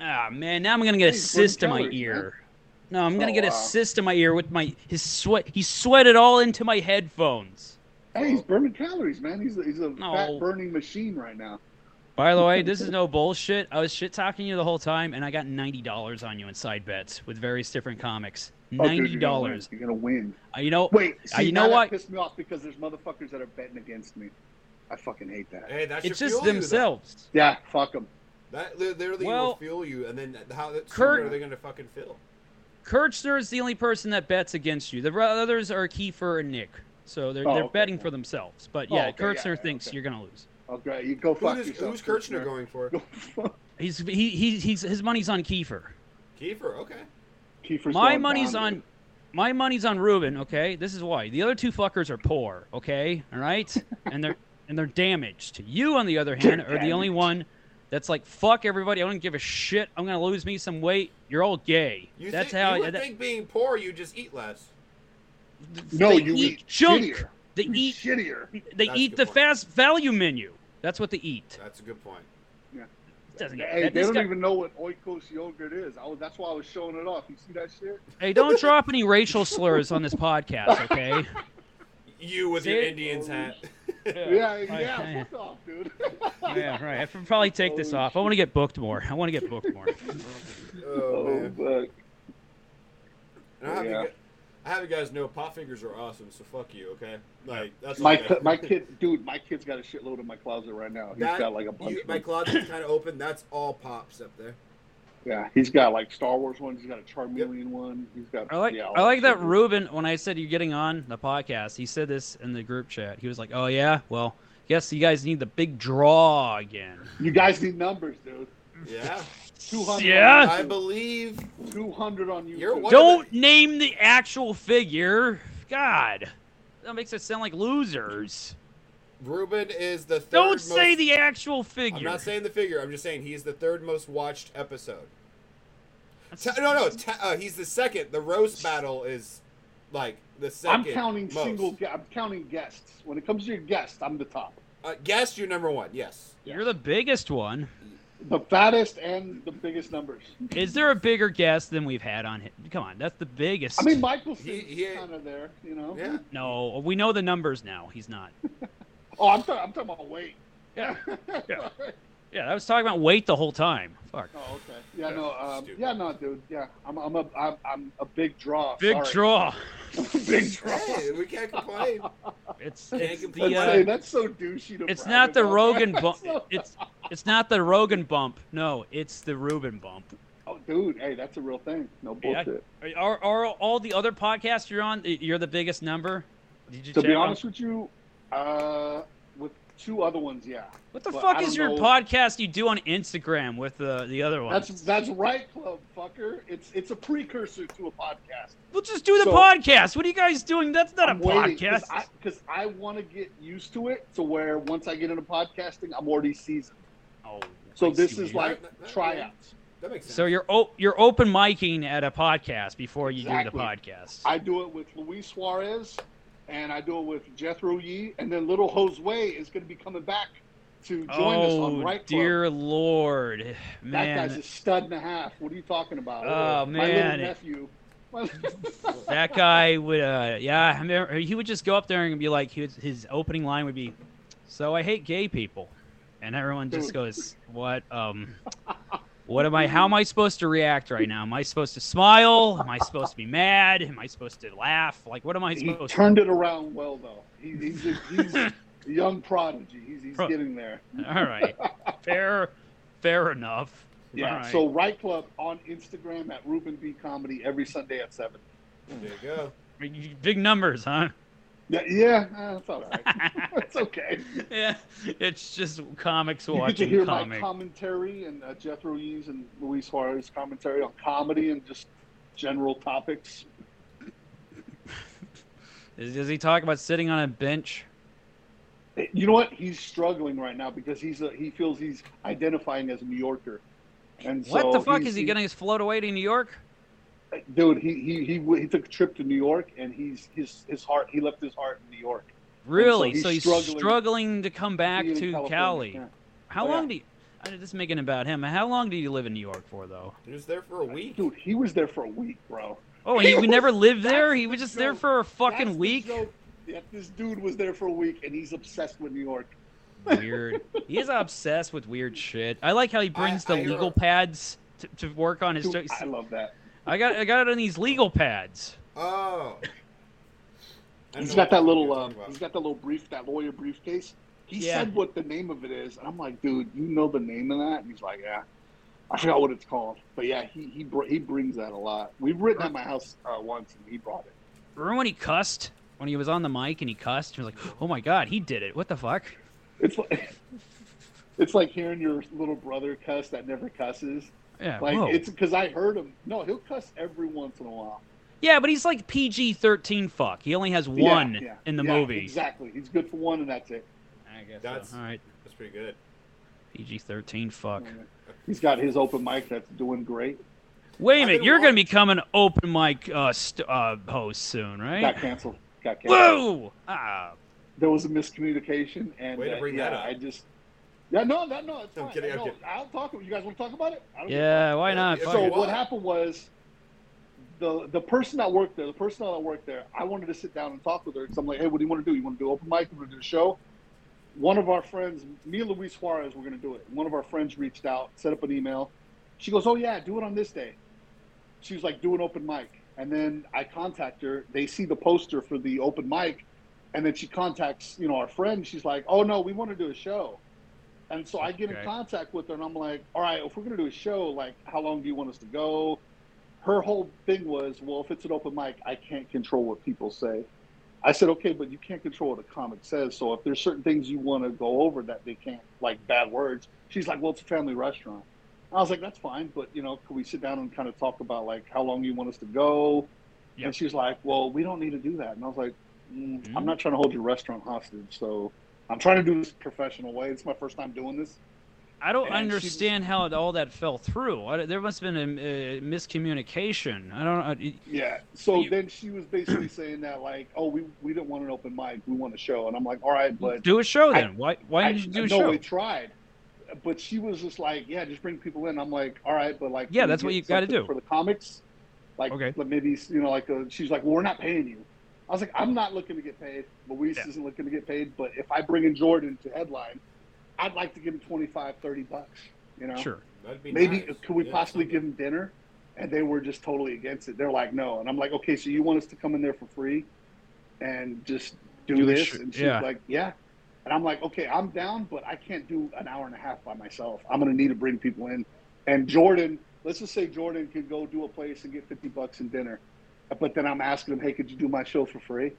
Speaker 2: Ah man, now I'm gonna get a
Speaker 3: Hey,
Speaker 2: cyst in my
Speaker 3: calories, man.
Speaker 2: ear. No, I'm gonna
Speaker 3: Oh,
Speaker 2: get a
Speaker 3: wow.
Speaker 2: cyst in my ear with my his sweat. He sweated all into my headphones.
Speaker 3: [LAUGHS] hey, he's burning calories, man. He's a, he's a
Speaker 2: No.
Speaker 3: fat burning machine right now.
Speaker 2: By the way, this is no bullshit. I was shit talking you the whole time, and I got ninety dollars on you in side bets with various different comics.
Speaker 3: Oh, dude,
Speaker 2: Ninety
Speaker 3: you're gonna win.
Speaker 2: dollars.
Speaker 3: You're gonna win.
Speaker 2: Uh, you know,
Speaker 3: Wait,
Speaker 2: Uh,
Speaker 3: see,
Speaker 2: you
Speaker 3: now
Speaker 2: know
Speaker 3: that
Speaker 2: what?
Speaker 3: Pissed me off because there's motherfuckers that are betting against me. I fucking hate that.
Speaker 1: hey, that should
Speaker 2: it's just
Speaker 1: fuel you, though.
Speaker 2: themselves.
Speaker 3: Yeah, fuck them.
Speaker 1: That li- literally
Speaker 2: Well,
Speaker 1: will fuel you, and then how that
Speaker 2: Kurt-
Speaker 1: sooner are they going to fucking fill?
Speaker 2: Kirchner is the only person that bets against you. The r- others are Kiefer and Nick. So they're,
Speaker 3: Oh,
Speaker 2: they're
Speaker 3: okay.
Speaker 2: betting for themselves. But
Speaker 3: Oh,
Speaker 2: yeah,
Speaker 3: okay, yeah,
Speaker 2: Kirchner
Speaker 3: yeah,
Speaker 2: thinks
Speaker 3: okay.
Speaker 2: you're gonna lose.
Speaker 3: Okay, you go
Speaker 1: Who
Speaker 3: fuck
Speaker 1: does-
Speaker 3: yourself.
Speaker 1: who's Kirchner going for?
Speaker 3: Go fuck.
Speaker 2: He's he, he he's his money's on Kiefer.
Speaker 1: Kiefer, okay.
Speaker 3: Kiefer's
Speaker 2: my
Speaker 3: going
Speaker 2: money's
Speaker 3: down,
Speaker 2: on my money's on Ruben, okay? This is why. The other two fuckers are poor, okay?
Speaker 1: [LAUGHS]
Speaker 2: All right? and they're and they're damaged. You on the other hand are the only one that's like fuck everybody. I don't give a shit. I'm going to lose me some weight. You're all gay.
Speaker 1: You
Speaker 2: that's
Speaker 1: think,
Speaker 2: how
Speaker 1: you would
Speaker 2: that-
Speaker 1: think being poor, you just eat less.
Speaker 3: dude. No,
Speaker 2: they
Speaker 3: you
Speaker 2: eat
Speaker 3: eat
Speaker 2: junk.
Speaker 3: Shittier.
Speaker 2: They
Speaker 3: You
Speaker 2: eat
Speaker 3: shittier.
Speaker 2: they
Speaker 1: That's a
Speaker 2: eat
Speaker 1: good
Speaker 2: the
Speaker 1: point.
Speaker 2: fast value menu. That's what they eat.
Speaker 1: That's a good point.
Speaker 2: It doesn't get-
Speaker 3: Hey,
Speaker 2: that-
Speaker 3: they
Speaker 2: this
Speaker 3: don't
Speaker 2: guy-
Speaker 3: even know what Oikos yogurt is. I was, that's why I was showing it off. You see that shit?
Speaker 2: hey, don't drop any racial slurs on this podcast, okay?
Speaker 1: You with your
Speaker 2: See?
Speaker 1: Indians hat.
Speaker 3: [LAUGHS] Yeah, yeah,
Speaker 2: I- [LAUGHS] I-
Speaker 3: fuck off,
Speaker 1: [LAUGHS]
Speaker 3: dude.
Speaker 1: Oh,
Speaker 2: yeah, right. I should probably take this
Speaker 3: Holy
Speaker 2: off. I want to get booked more. I want to get booked more.
Speaker 1: oh,
Speaker 3: oh,
Speaker 1: man.
Speaker 3: fuck.
Speaker 1: And I, have
Speaker 3: Yeah.
Speaker 1: you, gu- I have you guys know pop fingers are awesome, so fuck you, okay? Like that's all
Speaker 3: My,
Speaker 1: I
Speaker 3: ki-
Speaker 1: got.
Speaker 3: my kid, dude, my kid's got a shitload in my closet right now. He's
Speaker 1: That-
Speaker 3: got like a
Speaker 1: [LAUGHS]
Speaker 3: bunch
Speaker 1: You,
Speaker 3: of
Speaker 1: my
Speaker 3: them.
Speaker 1: closet's kind of open. That's all pops up there.
Speaker 3: Yeah, he's got like Star Wars ones. He's got a Charmeleon one. He's got.
Speaker 2: I like
Speaker 3: yeah, all
Speaker 2: I like that
Speaker 3: shit.
Speaker 2: Ruben when I said you're getting on the podcast, he said this in the group chat. He was like, "Oh yeah, well, guess you guys need the big draw again."
Speaker 3: You guys need numbers, dude.
Speaker 2: [LAUGHS]
Speaker 1: Yeah,
Speaker 3: 200
Speaker 2: Yeah.
Speaker 1: I believe.
Speaker 3: Two hundred on YouTube.
Speaker 1: You're one-
Speaker 2: Don't name the actual figure. God. That makes us sound like losers.
Speaker 1: Ruben is the 3rd
Speaker 2: Don't
Speaker 1: most,
Speaker 2: say the actual figure.
Speaker 1: I'm not saying the figure. I'm just saying he's the third most watched episode.
Speaker 2: That's-
Speaker 1: Ta- no, no, ta- uh, he's the second. The roast battle is like the
Speaker 3: I'm
Speaker 1: second.
Speaker 3: counting
Speaker 1: most.
Speaker 3: single. gu- I'm counting guests. When it comes to your guests, I'm the top,
Speaker 1: Uh, guess you're number one.
Speaker 3: [LAUGHS]
Speaker 1: Yes.
Speaker 2: You're the biggest one.
Speaker 3: the fattest and the biggest numbers.
Speaker 2: Is there a bigger guess than we've had on him? Come on, that's the biggest.
Speaker 3: I mean, Michaelson's
Speaker 1: He- he-
Speaker 3: kind of there, you know.
Speaker 1: Yeah.
Speaker 2: [LAUGHS] no, we know the numbers now. He's not.
Speaker 3: Oh, I'm, ta- I'm talking about weight.
Speaker 2: Yeah. Yeah.
Speaker 3: oh,
Speaker 2: Yeah, I was talking about weight the whole time. Fuck.
Speaker 3: okay. Yeah,
Speaker 1: Yeah,
Speaker 3: no. Um,
Speaker 1: stupid.
Speaker 3: yeah, no, dude. Yeah, I'm, I'm a, I'm, I'm a big draw.
Speaker 2: Big
Speaker 3: Sorry.
Speaker 2: draw.
Speaker 3: [LAUGHS] big draw.
Speaker 1: Hey, we can't complain.
Speaker 2: It's,
Speaker 1: Can't
Speaker 2: it's
Speaker 1: complain.
Speaker 2: the
Speaker 3: [LAUGHS] That's,
Speaker 1: Yeah.
Speaker 2: uh,
Speaker 3: hey, that's so douchey to
Speaker 2: It's
Speaker 3: brag
Speaker 2: not the
Speaker 1: [LAUGHS]
Speaker 3: about.
Speaker 2: Rogan bump.
Speaker 3: That's so-
Speaker 2: It's it's not the Rogan bump. No, it's the Ruben bump.
Speaker 3: Oh, dude, hey, that's a real thing. No
Speaker 2: Yeah.
Speaker 3: bullshit.
Speaker 2: Are, are all the other podcasts you're on? You're the biggest number. Did you
Speaker 3: to
Speaker 2: check
Speaker 3: be
Speaker 2: out-
Speaker 3: honest with you, uh, with two other ones, yeah.
Speaker 2: What the
Speaker 3: but I
Speaker 2: fuck
Speaker 3: don't
Speaker 2: is your
Speaker 3: know-
Speaker 2: podcast you do on Instagram with the the other one?
Speaker 3: That's that's right, club fucker. It's it's a precursor to a podcast.
Speaker 2: We'll just do the
Speaker 3: so-
Speaker 2: podcast. What are you guys doing? That's not
Speaker 3: I'm
Speaker 2: a
Speaker 3: waiting,
Speaker 2: podcast.
Speaker 3: because I, want to get used to it to where once I get into podcasting, I'm already seasoned.
Speaker 2: Oh,
Speaker 3: So
Speaker 2: I
Speaker 3: this
Speaker 2: see
Speaker 3: is
Speaker 2: what
Speaker 3: like
Speaker 1: That- that-
Speaker 3: tryouts.
Speaker 1: That makes
Speaker 2: you-
Speaker 1: sense.
Speaker 2: So you're o- you're open micing at a podcast before you do
Speaker 3: Exactly.
Speaker 2: the podcast.
Speaker 3: I do it with Luis Suarez, and I do it with Jethro Yee, and then little Josue is going to be coming back to join us
Speaker 2: oh
Speaker 3: on Right Club.
Speaker 2: dear lord, man.
Speaker 3: That guy's a stud and a half. What are you talking about?
Speaker 2: Oh,
Speaker 3: my
Speaker 2: man.
Speaker 3: [LAUGHS] little nephew.
Speaker 2: that guy would uh yeah I remember, he would just go up there and be like he would, his opening line would be so i hate gay people and everyone just
Speaker 3: Dude.
Speaker 2: goes what um what am i how am i supposed to react right now am i supposed to smile am i supposed to be mad am i supposed to laugh like what am i
Speaker 3: he
Speaker 2: supposed to
Speaker 3: turned it around well, though. He, he's a,
Speaker 2: [LAUGHS]
Speaker 3: he's a young prodigy. He's, he's
Speaker 2: Pro-
Speaker 3: getting there.
Speaker 2: [LAUGHS] all right fair fair enough
Speaker 3: Yeah.
Speaker 2: All right.
Speaker 3: So Right Club on Instagram at Ruben B Comedy every Sunday at seven.
Speaker 1: There you go.
Speaker 2: big numbers
Speaker 3: [LAUGHS]
Speaker 2: huh [LAUGHS]
Speaker 3: Yeah, yeah, uh, it's all right. it's okay.
Speaker 2: yeah it's just comics
Speaker 3: You get to
Speaker 2: watching
Speaker 3: hear my
Speaker 2: comics
Speaker 3: commentary and uh, Jethro Yee's and Luis Suarez commentary on comedy and just general topics.
Speaker 2: Does- does he talk about sitting on a bench
Speaker 3: Eh, You know what? He's struggling right now because he's a, he feels he's identifying as a New Yorker. And
Speaker 2: What the
Speaker 3: so
Speaker 2: fuck
Speaker 3: he's-
Speaker 2: is he getting his float away to New York?
Speaker 3: Dude, he, he he w- he took a trip to New York and he's his his heart he left his heart in New York.
Speaker 2: Really?
Speaker 3: he's
Speaker 2: So he's, struggling,
Speaker 3: struggling-
Speaker 2: to come back
Speaker 3: Being in
Speaker 2: to
Speaker 3: California,
Speaker 2: Cali.
Speaker 3: yeah.
Speaker 2: How
Speaker 3: Oh,
Speaker 2: long
Speaker 3: yeah.
Speaker 2: do you? I did this making about him. How long did he live in New York for though?
Speaker 1: He was there for a week.
Speaker 3: Dude, he was there for a week, bro.
Speaker 2: Oh,
Speaker 3: [LAUGHS]
Speaker 2: he, we never lived
Speaker 3: that's
Speaker 2: there. He
Speaker 3: the
Speaker 2: was just there
Speaker 3: joke.
Speaker 2: for a fucking
Speaker 3: That's the
Speaker 2: week.
Speaker 3: joke, that this dude was there for a week and he's obsessed with New York.
Speaker 2: [LAUGHS] Weird. he is obsessed with weird shit. I like how he brings
Speaker 1: I
Speaker 2: the
Speaker 1: hear-
Speaker 2: legal pads to, to work on his
Speaker 3: Dude,
Speaker 2: jokes.
Speaker 3: I love that.
Speaker 2: I got I got it on these legal pads.
Speaker 1: Oh. I don't
Speaker 3: He's
Speaker 1: know
Speaker 3: got
Speaker 1: what
Speaker 3: that
Speaker 1: you're
Speaker 3: little um,
Speaker 1: talking
Speaker 3: he's
Speaker 1: about.
Speaker 3: got that little brief that lawyer briefcase. He
Speaker 2: Yeah.
Speaker 3: said what the name of it is, and I'm like, dude, you know the name of that? And he's like, yeah, I forgot what it's called, but yeah, he he br- he brings that a lot. We've written at my house uh, once, and he brought it.
Speaker 2: Remember when he cussed? When he was on the mic and he cussed, he was like, "Oh my god, he did it! What the fuck?"
Speaker 3: It's like [LAUGHS] it's like hearing your little brother cuss that never cusses.
Speaker 2: Yeah,
Speaker 3: Like
Speaker 2: whoa.
Speaker 3: it's because I heard him. No, he'll cuss every once in a while.
Speaker 2: Yeah, but he's like PG thirteen. Fuck, he only has
Speaker 3: Yeah,
Speaker 2: one
Speaker 3: yeah,
Speaker 2: in the
Speaker 3: yeah,
Speaker 2: movie.
Speaker 3: Exactly. He's good for one, and that's it.
Speaker 2: I guess
Speaker 1: That's-
Speaker 2: all right.
Speaker 1: That's pretty good.
Speaker 2: PG thirteen. Fuck.
Speaker 3: He's got his open mic that's doing great.
Speaker 2: Wait a
Speaker 1: I've
Speaker 2: minute,
Speaker 1: been
Speaker 2: you're gonna
Speaker 1: watch-
Speaker 2: become an open mic uh, st- uh host soon,
Speaker 3: Got
Speaker 2: right?
Speaker 3: canceled. Got canceled.
Speaker 2: Whoa! Ah,
Speaker 3: There was a miscommunication, and
Speaker 1: Way to
Speaker 3: uh,
Speaker 1: bring
Speaker 3: yeah,
Speaker 1: that up.
Speaker 3: I just. Yeah, no, that, no, it's
Speaker 1: I'm
Speaker 3: fine.
Speaker 1: kidding,
Speaker 3: I
Speaker 1: I'm
Speaker 3: know.
Speaker 1: kidding.
Speaker 3: I'll talk. You guys want to talk about it? I don't care.
Speaker 2: yeah. Why not?
Speaker 1: If
Speaker 2: Fuck
Speaker 3: So
Speaker 1: Okay.
Speaker 2: it.
Speaker 3: what happened was, the the person that worked there, the personnel that worked there, I wanted to sit down and talk with her because I'm like, hey, what do you want to do? You want to do open mic? You want to do a show? One of our friends, me and Luis Suarez, were going to do it. One of our friends reached out, set up an email. She goes, oh yeah, do it on this day. She was like, do an open mic, and then I contact her. They see the poster for the open mic, and then she contacts you know our friend. She's like, oh no, we want to do a show. And so I get
Speaker 2: Okay.
Speaker 3: in contact with her and I'm like, all right, if we're going to do a show, like, how long do you want us to go? Her whole thing was, well, if it's an open mic, I can't control what people say. I said, okay, but you can't control what a comic says. So if there's certain things you want to go over that they can't, like bad words, she's like, well, it's a family restaurant. I was like, that's fine, but you know, could we sit down and kind of talk about like how long you want us to go?
Speaker 2: Yeah.
Speaker 3: And she's like, well, we don't need to do that. And I was like, mm,
Speaker 2: Mm.
Speaker 3: I'm not trying to hold your restaurant hostage. So I'm trying to do this professional way. It's my first time doing this.
Speaker 2: I don't
Speaker 3: and she was-
Speaker 2: understand how it- all that fell through. I, there must have been a, a miscommunication. I don't. uh, know.
Speaker 3: Yeah. So
Speaker 2: You-
Speaker 3: then she was basically saying that like, oh, we we didn't want an open mic, we want a show, and I'm like, all right, but
Speaker 2: do a show
Speaker 3: I-
Speaker 2: then. why? Why
Speaker 3: I-
Speaker 2: did you do a
Speaker 3: no,
Speaker 2: show?
Speaker 3: we tried. But she was just like, yeah, just bring people in. I'm like, all right, but like,
Speaker 2: Yeah,
Speaker 3: can we
Speaker 2: that's what
Speaker 3: get
Speaker 2: you gotta
Speaker 3: something
Speaker 2: do.
Speaker 3: for the comics. Like,
Speaker 2: Okay.
Speaker 3: but maybe you know, like, uh she's like, well, we're not paying you. I was like, I'm not looking to get paid. Luis
Speaker 2: Yeah.
Speaker 3: isn't looking to get paid. But if I bring in Jordan to headline, I'd like to give him 25, 30 bucks. You know,
Speaker 2: Sure.
Speaker 1: That'd be
Speaker 3: maybe
Speaker 1: nice.
Speaker 3: could we
Speaker 1: Yeah,
Speaker 3: possibly
Speaker 1: something.
Speaker 3: give them dinner and they were just totally against it they're like no and i'm like okay so you want us to come in there for free and just do,
Speaker 2: Do the
Speaker 3: this
Speaker 2: sh-
Speaker 3: and she's
Speaker 2: yeah.
Speaker 3: like yeah and i'm like okay i'm down but i can't do an hour and a half by myself i'm going to need to bring people in and jordan let's just say Jordan could go do a place and get 50 bucks in dinner, but then I'm asking him, hey, could you do my show for free?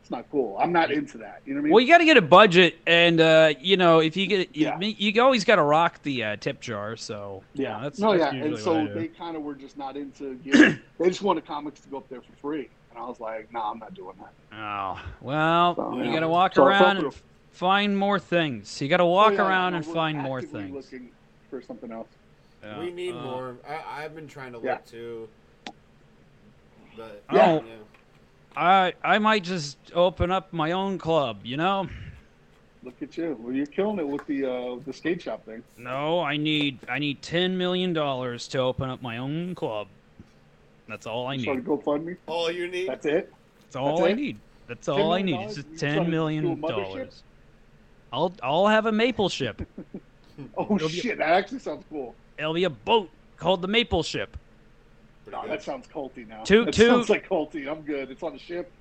Speaker 3: It's not cool. I'm not into that. You know what I mean?
Speaker 2: Well, you got to get a budget, and uh, you know if you get,
Speaker 3: Yeah.
Speaker 2: you, you always got to rock the uh, tip jar. So you know, that's,
Speaker 3: no,
Speaker 2: that's
Speaker 3: yeah. And
Speaker 2: usually
Speaker 3: so
Speaker 2: what I do.
Speaker 3: they kind of were just not into
Speaker 2: [CLEARS THROAT]
Speaker 3: giving. they just wanted comics to go up there for free. And I was like, no, nah, I'm not doing that.
Speaker 2: Oh well,
Speaker 3: So,
Speaker 2: you
Speaker 3: yeah.
Speaker 2: got to walk
Speaker 3: So I felt
Speaker 2: around
Speaker 3: for
Speaker 2: and
Speaker 3: the-
Speaker 2: find more things. You got to walk
Speaker 3: Oh, yeah,
Speaker 2: around
Speaker 3: no,
Speaker 2: and
Speaker 3: we're
Speaker 2: find more
Speaker 3: actively
Speaker 2: things.
Speaker 3: Looking for something else.
Speaker 2: Yeah.
Speaker 1: We need
Speaker 2: Uh,
Speaker 1: more. I, I've been trying to look
Speaker 3: Yeah.
Speaker 1: too. But
Speaker 2: I don't-
Speaker 1: yeah.
Speaker 2: I I might just open up my own club. You know.
Speaker 3: Look at you. Well, you're killing it with the uh, the skate shop thing.
Speaker 2: No, I need I need ten million dollars to open up my own club. That's all I
Speaker 3: You started
Speaker 2: need.
Speaker 3: GoFundMe.
Speaker 1: all you need.
Speaker 3: That's it.
Speaker 2: That's all I
Speaker 3: it?
Speaker 2: need. That's all I
Speaker 3: $10
Speaker 2: need.
Speaker 3: million?
Speaker 2: It's just
Speaker 3: You trying
Speaker 2: ten
Speaker 3: to do a
Speaker 2: million
Speaker 3: mothership?
Speaker 2: dollars. I'll I'll have a maple ship.
Speaker 3: Oh
Speaker 2: It'll be-
Speaker 3: shit! That actually sounds cool.
Speaker 2: It'll be a boat called the Maple Ship.
Speaker 1: Pretty
Speaker 3: No,
Speaker 1: good.
Speaker 3: that sounds culty now.
Speaker 2: Two-
Speaker 3: that
Speaker 2: two-
Speaker 3: sounds like culty. I'm good. It's on the ship.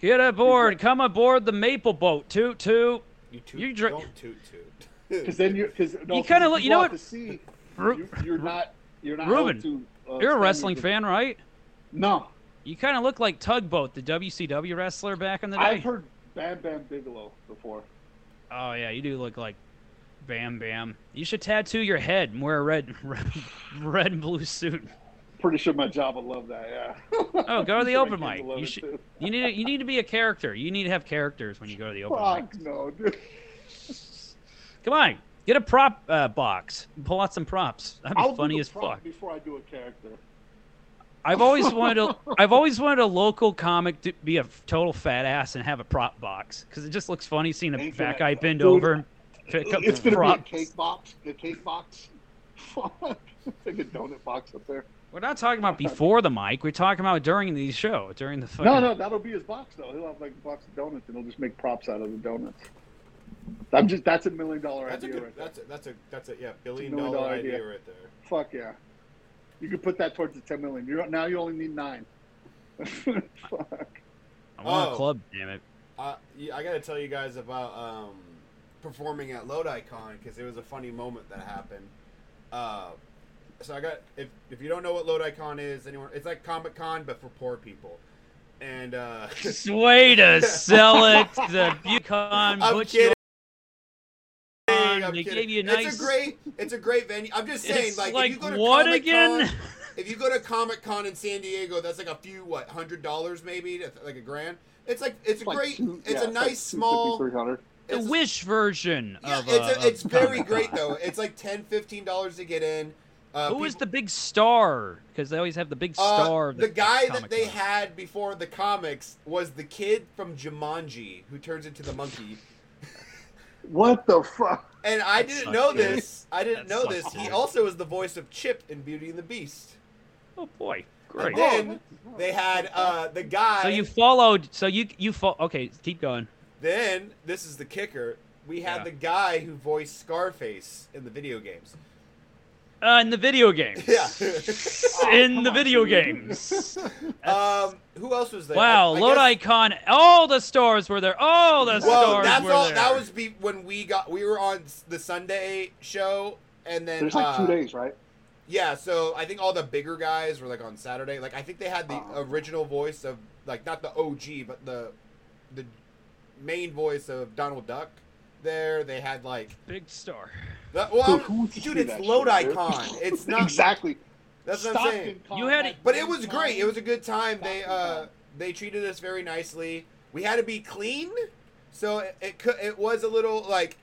Speaker 2: Get aboard, come aboard the Maple Boat. Toot toot.
Speaker 1: you toot.
Speaker 2: you drink-
Speaker 1: Don't toot
Speaker 3: [LAUGHS]
Speaker 1: toot.
Speaker 3: Because then you're because no,
Speaker 2: You
Speaker 3: 'cause
Speaker 2: kinda
Speaker 3: if
Speaker 2: look- you
Speaker 3: go
Speaker 2: know
Speaker 3: out
Speaker 2: what?
Speaker 3: To sea,
Speaker 2: Ru-
Speaker 3: you, you're not. You're not.
Speaker 2: Ruben,
Speaker 3: held to,
Speaker 2: You're a
Speaker 3: uh, standards
Speaker 2: wrestling
Speaker 3: of-
Speaker 2: fan, right?
Speaker 3: No,
Speaker 2: You kind of look like Tugboat, the WCW wrestler back in the
Speaker 3: I've
Speaker 2: day.
Speaker 3: heard Bam Bam Bigelow before.
Speaker 2: Oh yeah, you do look like Bam Bam. You should tattoo your head and wear a red [LAUGHS] red, red and blue suit.
Speaker 3: Pretty sure my job would love that. Yeah.
Speaker 2: Oh,
Speaker 3: [LAUGHS]
Speaker 2: go to the
Speaker 3: Sure,
Speaker 2: open mic.
Speaker 3: my kids love
Speaker 2: You
Speaker 3: it,
Speaker 2: should.
Speaker 3: too.
Speaker 2: You need to, you need to be a character. You need to have characters when you go to the open mic.
Speaker 3: Fuck no, dude.
Speaker 2: Come on, get a prop uh, box. Pull out some props. That'd be
Speaker 3: I'll do
Speaker 2: funny
Speaker 3: the
Speaker 2: as
Speaker 3: prompt
Speaker 2: fuck.
Speaker 3: Before I do a character.
Speaker 2: I've always wanted a I've always wanted a local comic to be a total fat ass and have a prop box because it just looks funny seeing a
Speaker 3: Ain't
Speaker 2: fat
Speaker 3: that-
Speaker 2: guy bend
Speaker 3: dude,
Speaker 2: over and pick up
Speaker 3: It's gonna
Speaker 2: prop.
Speaker 3: be a cake box. A cake box. [LAUGHS] Fuck. It's like a donut box up there.
Speaker 2: We're not talking about before the mic. We're talking about during the show, during the fucking.
Speaker 3: No, no, that'll be his box though. He'll have like a box of donuts, and he'll just make props out of the donuts. I'm just that's a million dollar
Speaker 1: [LAUGHS] That's a
Speaker 3: idea
Speaker 1: good.
Speaker 3: right there.
Speaker 1: That's a, that's a that's a yeah billion
Speaker 3: million
Speaker 1: dollar
Speaker 3: dollar
Speaker 1: idea.
Speaker 3: idea.
Speaker 1: right there.
Speaker 3: Fuck yeah, you could put that towards the ten million. You're now you only need nine. [LAUGHS] Fuck.
Speaker 2: I want a
Speaker 1: Oh.
Speaker 2: club, damn it.
Speaker 1: Uh, yeah, I gotta tell you guys about um, performing at Lodi Con because there was a funny moment that happened. Uh, so I got if if you don't know what Lodi Con is, anyone it's like Comic Con but for poor people. And
Speaker 2: [LAUGHS]
Speaker 1: uh, [LAUGHS]
Speaker 2: Way to sell it, the Bucon
Speaker 1: I'm
Speaker 2: Butch
Speaker 1: kidding.
Speaker 2: Con.
Speaker 1: I'm
Speaker 2: They
Speaker 1: kidding.
Speaker 2: gave you a
Speaker 1: It's
Speaker 2: nice-
Speaker 1: a great, it's a great venue. I'm just saying,
Speaker 2: It's
Speaker 1: like,
Speaker 2: like
Speaker 1: if you go to
Speaker 2: what
Speaker 1: Comic
Speaker 2: again?
Speaker 1: Con, if you go to Comic Con in San Diego, that's like a few what hundred dollars maybe, to- like a grand. It's like it's a
Speaker 3: Like
Speaker 1: great,
Speaker 3: two-
Speaker 1: it's
Speaker 3: yeah,
Speaker 1: a
Speaker 3: like
Speaker 1: nice
Speaker 3: 250,
Speaker 1: small.
Speaker 3: 300.
Speaker 2: the
Speaker 1: it's a-
Speaker 2: Wish version
Speaker 1: Yeah,
Speaker 2: of uh,
Speaker 1: it's a,
Speaker 2: of
Speaker 1: it's very
Speaker 2: Comic-Con.
Speaker 1: great though. It's like 10 dollars to get in. Uh,
Speaker 2: Who was
Speaker 1: people-
Speaker 2: the big star? Because they always have the big
Speaker 1: uh,
Speaker 2: star. of
Speaker 1: the guy that they
Speaker 2: Comic-Con.
Speaker 1: had before the comics was the kid from Jumanji who turns into the monkey.
Speaker 3: What the fuck?
Speaker 1: And I
Speaker 2: That
Speaker 1: didn't
Speaker 2: sucks,
Speaker 1: know
Speaker 2: dude.
Speaker 1: this. I didn't
Speaker 2: That
Speaker 1: know
Speaker 2: sucks,
Speaker 1: this. He
Speaker 2: dude.
Speaker 1: also was the voice of Chip in Beauty and the Beast.
Speaker 2: Oh boy, great.
Speaker 1: And then they
Speaker 3: Oh,
Speaker 1: had uh, the guy.
Speaker 2: So you followed. So you you fo- Okay, keep going.
Speaker 1: Then this is the kicker. We had
Speaker 2: Yeah.
Speaker 1: the guy who voiced Scarface in the video games.
Speaker 2: Uh, in the video games. [LAUGHS]
Speaker 1: Yeah. [LAUGHS] Oh,
Speaker 2: in the
Speaker 3: on,
Speaker 2: video
Speaker 3: dude.
Speaker 2: games.
Speaker 1: um, who else was there?
Speaker 2: Wow,
Speaker 1: I- I
Speaker 2: Lodi
Speaker 1: guess-
Speaker 2: Con. All the stars were there. All the
Speaker 1: Well,
Speaker 2: stars
Speaker 1: that's
Speaker 2: were
Speaker 1: all.
Speaker 2: there.
Speaker 1: That was be, when we got. We were on s- the Sunday show, and then
Speaker 3: There's like
Speaker 1: uh,
Speaker 3: two days, right?
Speaker 1: Yeah, so I think all the bigger guys were like on Saturday. Like I think they had the
Speaker 3: Oh.
Speaker 1: original voice of like not the OG, but the the main voice of Donald Duck. There, they had like
Speaker 2: big star.
Speaker 1: that, well,
Speaker 3: Dude,
Speaker 1: I'm-
Speaker 3: who
Speaker 1: dude,
Speaker 3: would do
Speaker 1: it's
Speaker 3: that
Speaker 1: Lodi
Speaker 3: shit, dude?
Speaker 1: Con.
Speaker 3: [LAUGHS]
Speaker 1: It's not
Speaker 3: exactly.
Speaker 1: That's
Speaker 3: Stockton
Speaker 1: what I'm saying.
Speaker 3: Con
Speaker 2: You had
Speaker 3: had
Speaker 2: it-
Speaker 1: But it was
Speaker 3: one
Speaker 1: great. It
Speaker 3: time.
Speaker 1: was a good time. They
Speaker 3: Stockton
Speaker 1: uh
Speaker 3: Con.
Speaker 1: they treated us very nicely. We had to be clean, so it it, cou- it was a little like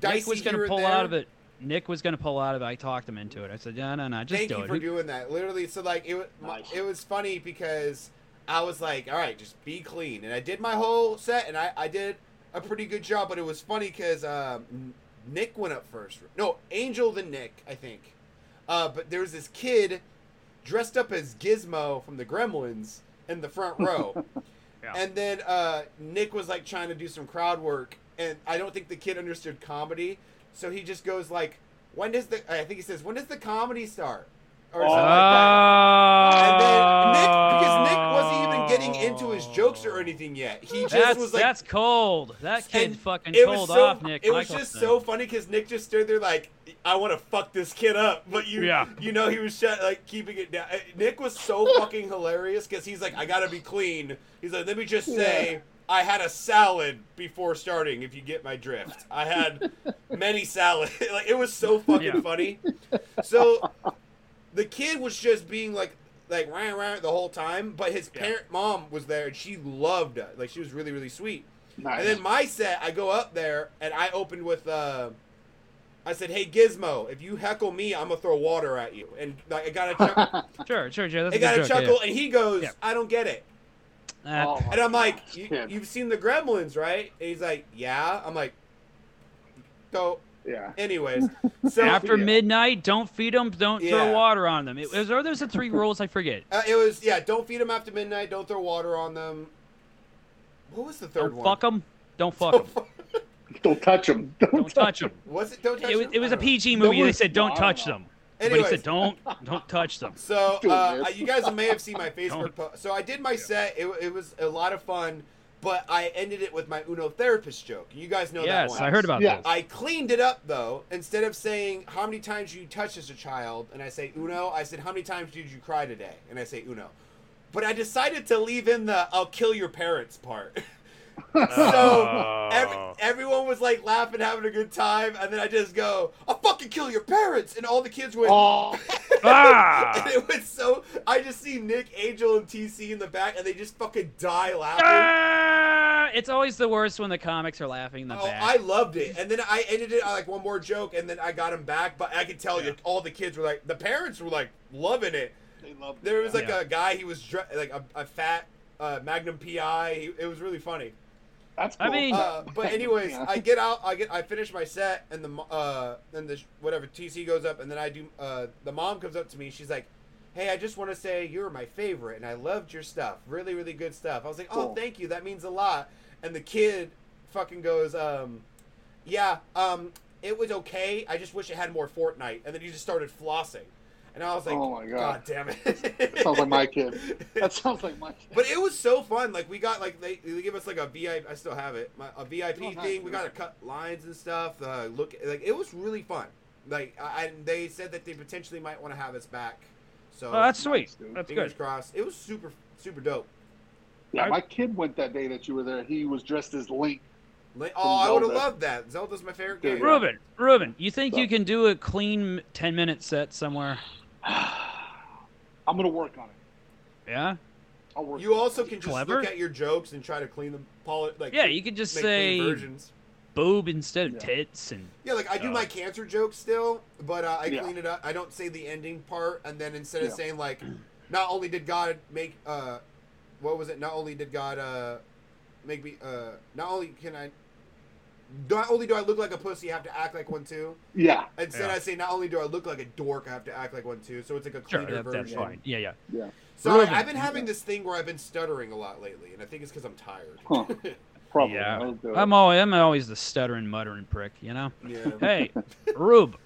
Speaker 1: dicey
Speaker 2: Nick was gonna
Speaker 1: here and
Speaker 2: pull
Speaker 1: there.
Speaker 2: out of it. Nick was gonna pull out of it. I talked him into it. I said, no, no, no, just
Speaker 1: Thank
Speaker 2: do
Speaker 1: you
Speaker 2: it.
Speaker 1: for
Speaker 2: Who-
Speaker 1: doing that. Literally, so like it was
Speaker 3: Nice.
Speaker 1: it was funny because I was like, all right, just be clean, and I did my whole set, and I I did a pretty good job. But it was funny because um, Nick went up first. No, Angel then Nick, I think. Uh, but there was this kid dressed up as Gizmo from the Gremlins in the front row.
Speaker 2: [LAUGHS] Yeah.
Speaker 1: And then uh, Nick was like trying to do some crowd work, and I don't think the kid understood comedy, so he just goes like, "When does the?" I think he says, "When does the
Speaker 2: Ah.
Speaker 1: comedy start?" Or something like that. And then Nick, because Nick wasn't even getting into his jokes or anything yet. He just
Speaker 2: That's
Speaker 1: was like,
Speaker 2: that's cold. That kid
Speaker 1: And
Speaker 2: fucking
Speaker 1: it was
Speaker 2: cold
Speaker 1: so,
Speaker 2: off Nick.
Speaker 1: it was just
Speaker 2: Michelson.
Speaker 1: so funny because Nick just stood there like, I want to fuck this kid up, but you,
Speaker 2: Yeah.
Speaker 1: you know, he was shut, like keeping it down. Uh, Nick was
Speaker 2: [LAUGHS]
Speaker 1: so fucking hilarious because he's like, I gotta be clean. He's like, let me just say. I had a salad before starting. If you get my drift, I had many salad. [LAUGHS] like it was so fucking
Speaker 2: Yeah.
Speaker 1: funny. So the kid was just being like like rah, rah, the whole time, but his
Speaker 2: Yeah.
Speaker 1: parent mom was there and she loved it. Like she was really really sweet.
Speaker 3: Nice.
Speaker 1: And then my set, I go up there and I opened with uh I said, "Hey Gizmo, if you heckle me, I'm gonna throw water at you." And like I
Speaker 2: [LAUGHS]
Speaker 1: got a chuck-
Speaker 2: Sure, sure, sure. That's
Speaker 1: it
Speaker 2: a good
Speaker 1: got a
Speaker 2: joke, yeah.
Speaker 1: chuckle, and he goes,
Speaker 2: Yeah.
Speaker 1: "I don't get it."
Speaker 2: Uh,
Speaker 3: Oh, my
Speaker 1: And I'm like,
Speaker 3: gosh,
Speaker 1: you,
Speaker 3: kid.
Speaker 1: "You've seen the Gremlins, right?" And he's like, "Yeah." I'm like, "So,
Speaker 3: yeah.
Speaker 2: [LAUGHS]
Speaker 1: anyways, so
Speaker 2: After
Speaker 3: Yeah.
Speaker 2: midnight, don't feed them. Don't
Speaker 1: Yeah.
Speaker 2: throw water on them. It was, or there's the
Speaker 1: [LAUGHS]
Speaker 2: three rules. I forget.
Speaker 1: Uh, it was yeah. Don't feed them after midnight. Don't throw water on them. What was the 3rd
Speaker 2: Don't
Speaker 1: one?
Speaker 2: Oh, fuck them.
Speaker 1: [LAUGHS]
Speaker 2: Don't fuck
Speaker 1: Don't
Speaker 2: them.
Speaker 1: fuck-
Speaker 3: Don't touch him. [LAUGHS] Don't,
Speaker 2: Don't touch them.
Speaker 1: Was it? Don't touch
Speaker 2: It was,
Speaker 1: them?
Speaker 2: it was
Speaker 1: I
Speaker 2: a
Speaker 1: don't know.
Speaker 2: PG
Speaker 3: There
Speaker 2: movie. They
Speaker 3: was-
Speaker 2: said
Speaker 3: no,
Speaker 2: don't
Speaker 3: I don't
Speaker 2: touch
Speaker 3: know.
Speaker 2: them.
Speaker 1: Anyways,
Speaker 2: But he said don't
Speaker 1: [LAUGHS]
Speaker 2: don't touch them.
Speaker 1: So
Speaker 3: Doing
Speaker 1: uh,
Speaker 3: this.
Speaker 1: you guys may have seen my Facebook
Speaker 2: [LAUGHS] Don't.
Speaker 1: post. So I did my set. It, it was a lot of fun, but I ended it with my Uno therapist joke. You guys know that
Speaker 2: Yes,
Speaker 1: one.
Speaker 2: I heard about
Speaker 3: Yeah.
Speaker 2: this.
Speaker 1: I cleaned it up though. Instead of saying how many times you touched as a child, and I say Uno, I said how many times did you cry today, and I say Uno. But I decided to leave in the "I'll kill your parents" part. [LAUGHS] [LAUGHS]
Speaker 2: Oh.
Speaker 1: so every, everyone was like laughing, having a good time, and then I just go, "I'll fucking kill your parents," and all the kids went.
Speaker 3: Oh,
Speaker 1: [LAUGHS] And
Speaker 2: ah!
Speaker 1: it was so. I just see Nick, Angel, and TC in the back, and they just fucking die laughing. [LAUGHS]
Speaker 2: Ah! It's always the worst when the comics are laughing in the
Speaker 1: Oh,
Speaker 2: back.
Speaker 1: I loved it. And then I ended it on like one more joke, and then I got him back. But I could tell that all the kids were like, the parents were like loving it.
Speaker 3: [LAUGHS] they love
Speaker 1: There was like
Speaker 2: Yeah.
Speaker 1: a guy, he was dre- like a, a fat uh, Magnum PI. He, it was really funny.
Speaker 3: That's
Speaker 2: I
Speaker 3: cool. [LAUGHS]
Speaker 2: mean-
Speaker 1: Uh, but anyways,
Speaker 3: Yeah.
Speaker 1: I get out, I get, I finish my set, and the mo- uh, then the sh- whatever TC goes up, and then I do. Uh, the mom comes up to me, she's like, "Hey, I just want to say you were my favorite, and I loved your stuff, really, really good stuff." I was like, "Oh,
Speaker 3: Cool.
Speaker 1: thank you, that means a lot." And the kid fucking goes, um, "Yeah, um, it was okay. I just wish it had more Fortnite." And then he just started flossing, and I was like,
Speaker 3: Oh my God.
Speaker 1: God damn it!"
Speaker 3: sounds like
Speaker 1: [LAUGHS]
Speaker 3: my kid. That sounds like my kid.
Speaker 1: But it was so fun. Like we got like they, they give us like a VIP. I still have it. My, a VIP
Speaker 3: Oh, nice.
Speaker 1: thing. We got to cut lines and stuff. Uh, look, like it was really fun. Like I, I- they said that they potentially might want to have us back. So
Speaker 2: Oh, that's sweet.
Speaker 3: Nice, dude.
Speaker 2: That's
Speaker 1: fingers
Speaker 2: good.
Speaker 1: crossed. It was super super dope.
Speaker 3: yeah, my kid went that day that you were there. He was dressed as Link. [SIGHS]
Speaker 1: Like, oh, I would have
Speaker 3: Zelda.
Speaker 1: loved that. Zelda's my favorite game.
Speaker 3: Dude, yeah.
Speaker 2: Ruben, Ruben, you think
Speaker 3: So-
Speaker 2: you can do a clean ten minute set somewhere?
Speaker 3: I'm gonna work on it.
Speaker 2: Yeah.
Speaker 3: I'll work.
Speaker 1: You also can just
Speaker 2: Clever.
Speaker 1: look at your jokes and try to clean them. Poli- like
Speaker 2: Yeah, you could just
Speaker 1: make clean
Speaker 2: say
Speaker 1: versions.
Speaker 2: boob instead of
Speaker 3: Yeah.
Speaker 2: tits and
Speaker 1: Yeah, like I do
Speaker 2: Uh,
Speaker 1: my cancer jokes still, but uh, I
Speaker 3: Yeah.
Speaker 1: clean it up. I don't say the ending part, and then instead of
Speaker 3: Yeah.
Speaker 1: saying
Speaker 2: [CLEARS THROAT]
Speaker 1: like, not only did God make, uh, what was it? Not only did God uh, make me, uh, not only can I, not only do I look like a pussy, I have to act like one too.
Speaker 3: Yeah,
Speaker 1: Instead,
Speaker 2: Yeah.
Speaker 1: I say not only do I look like a dork, I have to act like one too. So it's like a
Speaker 2: sure,
Speaker 1: cleaner
Speaker 2: that, that's
Speaker 1: version.
Speaker 2: fine. Yeah, yeah.
Speaker 1: So
Speaker 2: Ruben.
Speaker 1: I, I've been having this thing where I've been stuttering a lot lately, and I think it's because I'm tired.
Speaker 3: Huh. probably.
Speaker 2: Yeah.
Speaker 3: I'll do it.
Speaker 2: I'm always I'm always the stuttering, muttering prick, you know.
Speaker 1: [LAUGHS] yeah.
Speaker 3: [LAUGHS]
Speaker 2: Hey, Rube,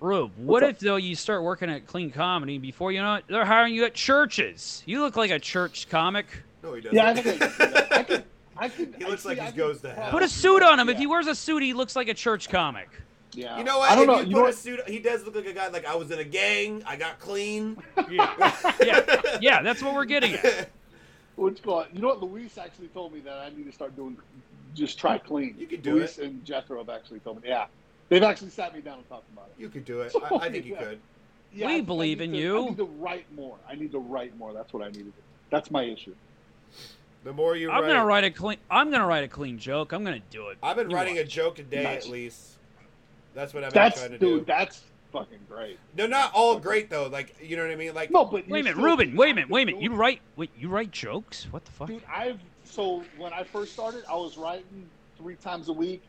Speaker 2: Rube, what if though you start working at Clean Comedy before you know it, they're hiring you at churches. You look like a church comic.
Speaker 1: No, he doesn't.
Speaker 3: Yeah, I think I can do that. I could. I could
Speaker 1: He
Speaker 3: I
Speaker 1: looks
Speaker 3: see,
Speaker 1: like he
Speaker 3: I could
Speaker 1: goes to hell.
Speaker 2: Put
Speaker 3: probably-
Speaker 2: a suit on him. If
Speaker 3: Yeah.
Speaker 2: he wears a suit, he looks like a church comic.
Speaker 3: Yeah.
Speaker 1: You know what?
Speaker 3: I don't
Speaker 1: if You,
Speaker 3: know. You
Speaker 1: put
Speaker 3: know
Speaker 1: a
Speaker 3: what?
Speaker 1: suit. He does look like a guy. Like I was in a gang. I got clean.
Speaker 2: Yeah,
Speaker 1: [LAUGHS]
Speaker 2: yeah, yeah. That's what we're getting at.
Speaker 3: What's called? You know what? Luis actually told me that I need to start doing. Just try clean.
Speaker 1: You could do
Speaker 3: Luis and Jethro have actually told me. Yeah, they've actually sat me down and talked about it.
Speaker 1: You could
Speaker 3: [LAUGHS]
Speaker 1: do it. I, I think you could.
Speaker 3: Yeah,
Speaker 2: We
Speaker 3: I think I
Speaker 2: believe
Speaker 3: need
Speaker 2: in
Speaker 3: to-
Speaker 2: you.
Speaker 3: I need to write more. I need to write more. That's what I need to do. That's my issue.
Speaker 1: The more you
Speaker 2: I'm
Speaker 1: write,
Speaker 2: gonna write a clean. I'm gonna write a clean joke. I'm gonna do it.
Speaker 1: I've been
Speaker 2: You
Speaker 1: writing a
Speaker 2: watch.
Speaker 1: joke a day
Speaker 3: Nice.
Speaker 1: at least. That's what I've been
Speaker 3: That's
Speaker 1: trying to
Speaker 3: dude.
Speaker 1: do.
Speaker 3: That's fucking great.
Speaker 1: They're not all great though. Like you know what I mean? Like
Speaker 3: No, but
Speaker 2: Wait a
Speaker 3: you
Speaker 2: minute,
Speaker 3: still-
Speaker 2: Ruben. Wait a minute. Wait a minute. You
Speaker 3: Dude,
Speaker 2: write. Wait, you write jokes? What the fuck?
Speaker 3: Dude, I've so when I first started, I was writing three times a week.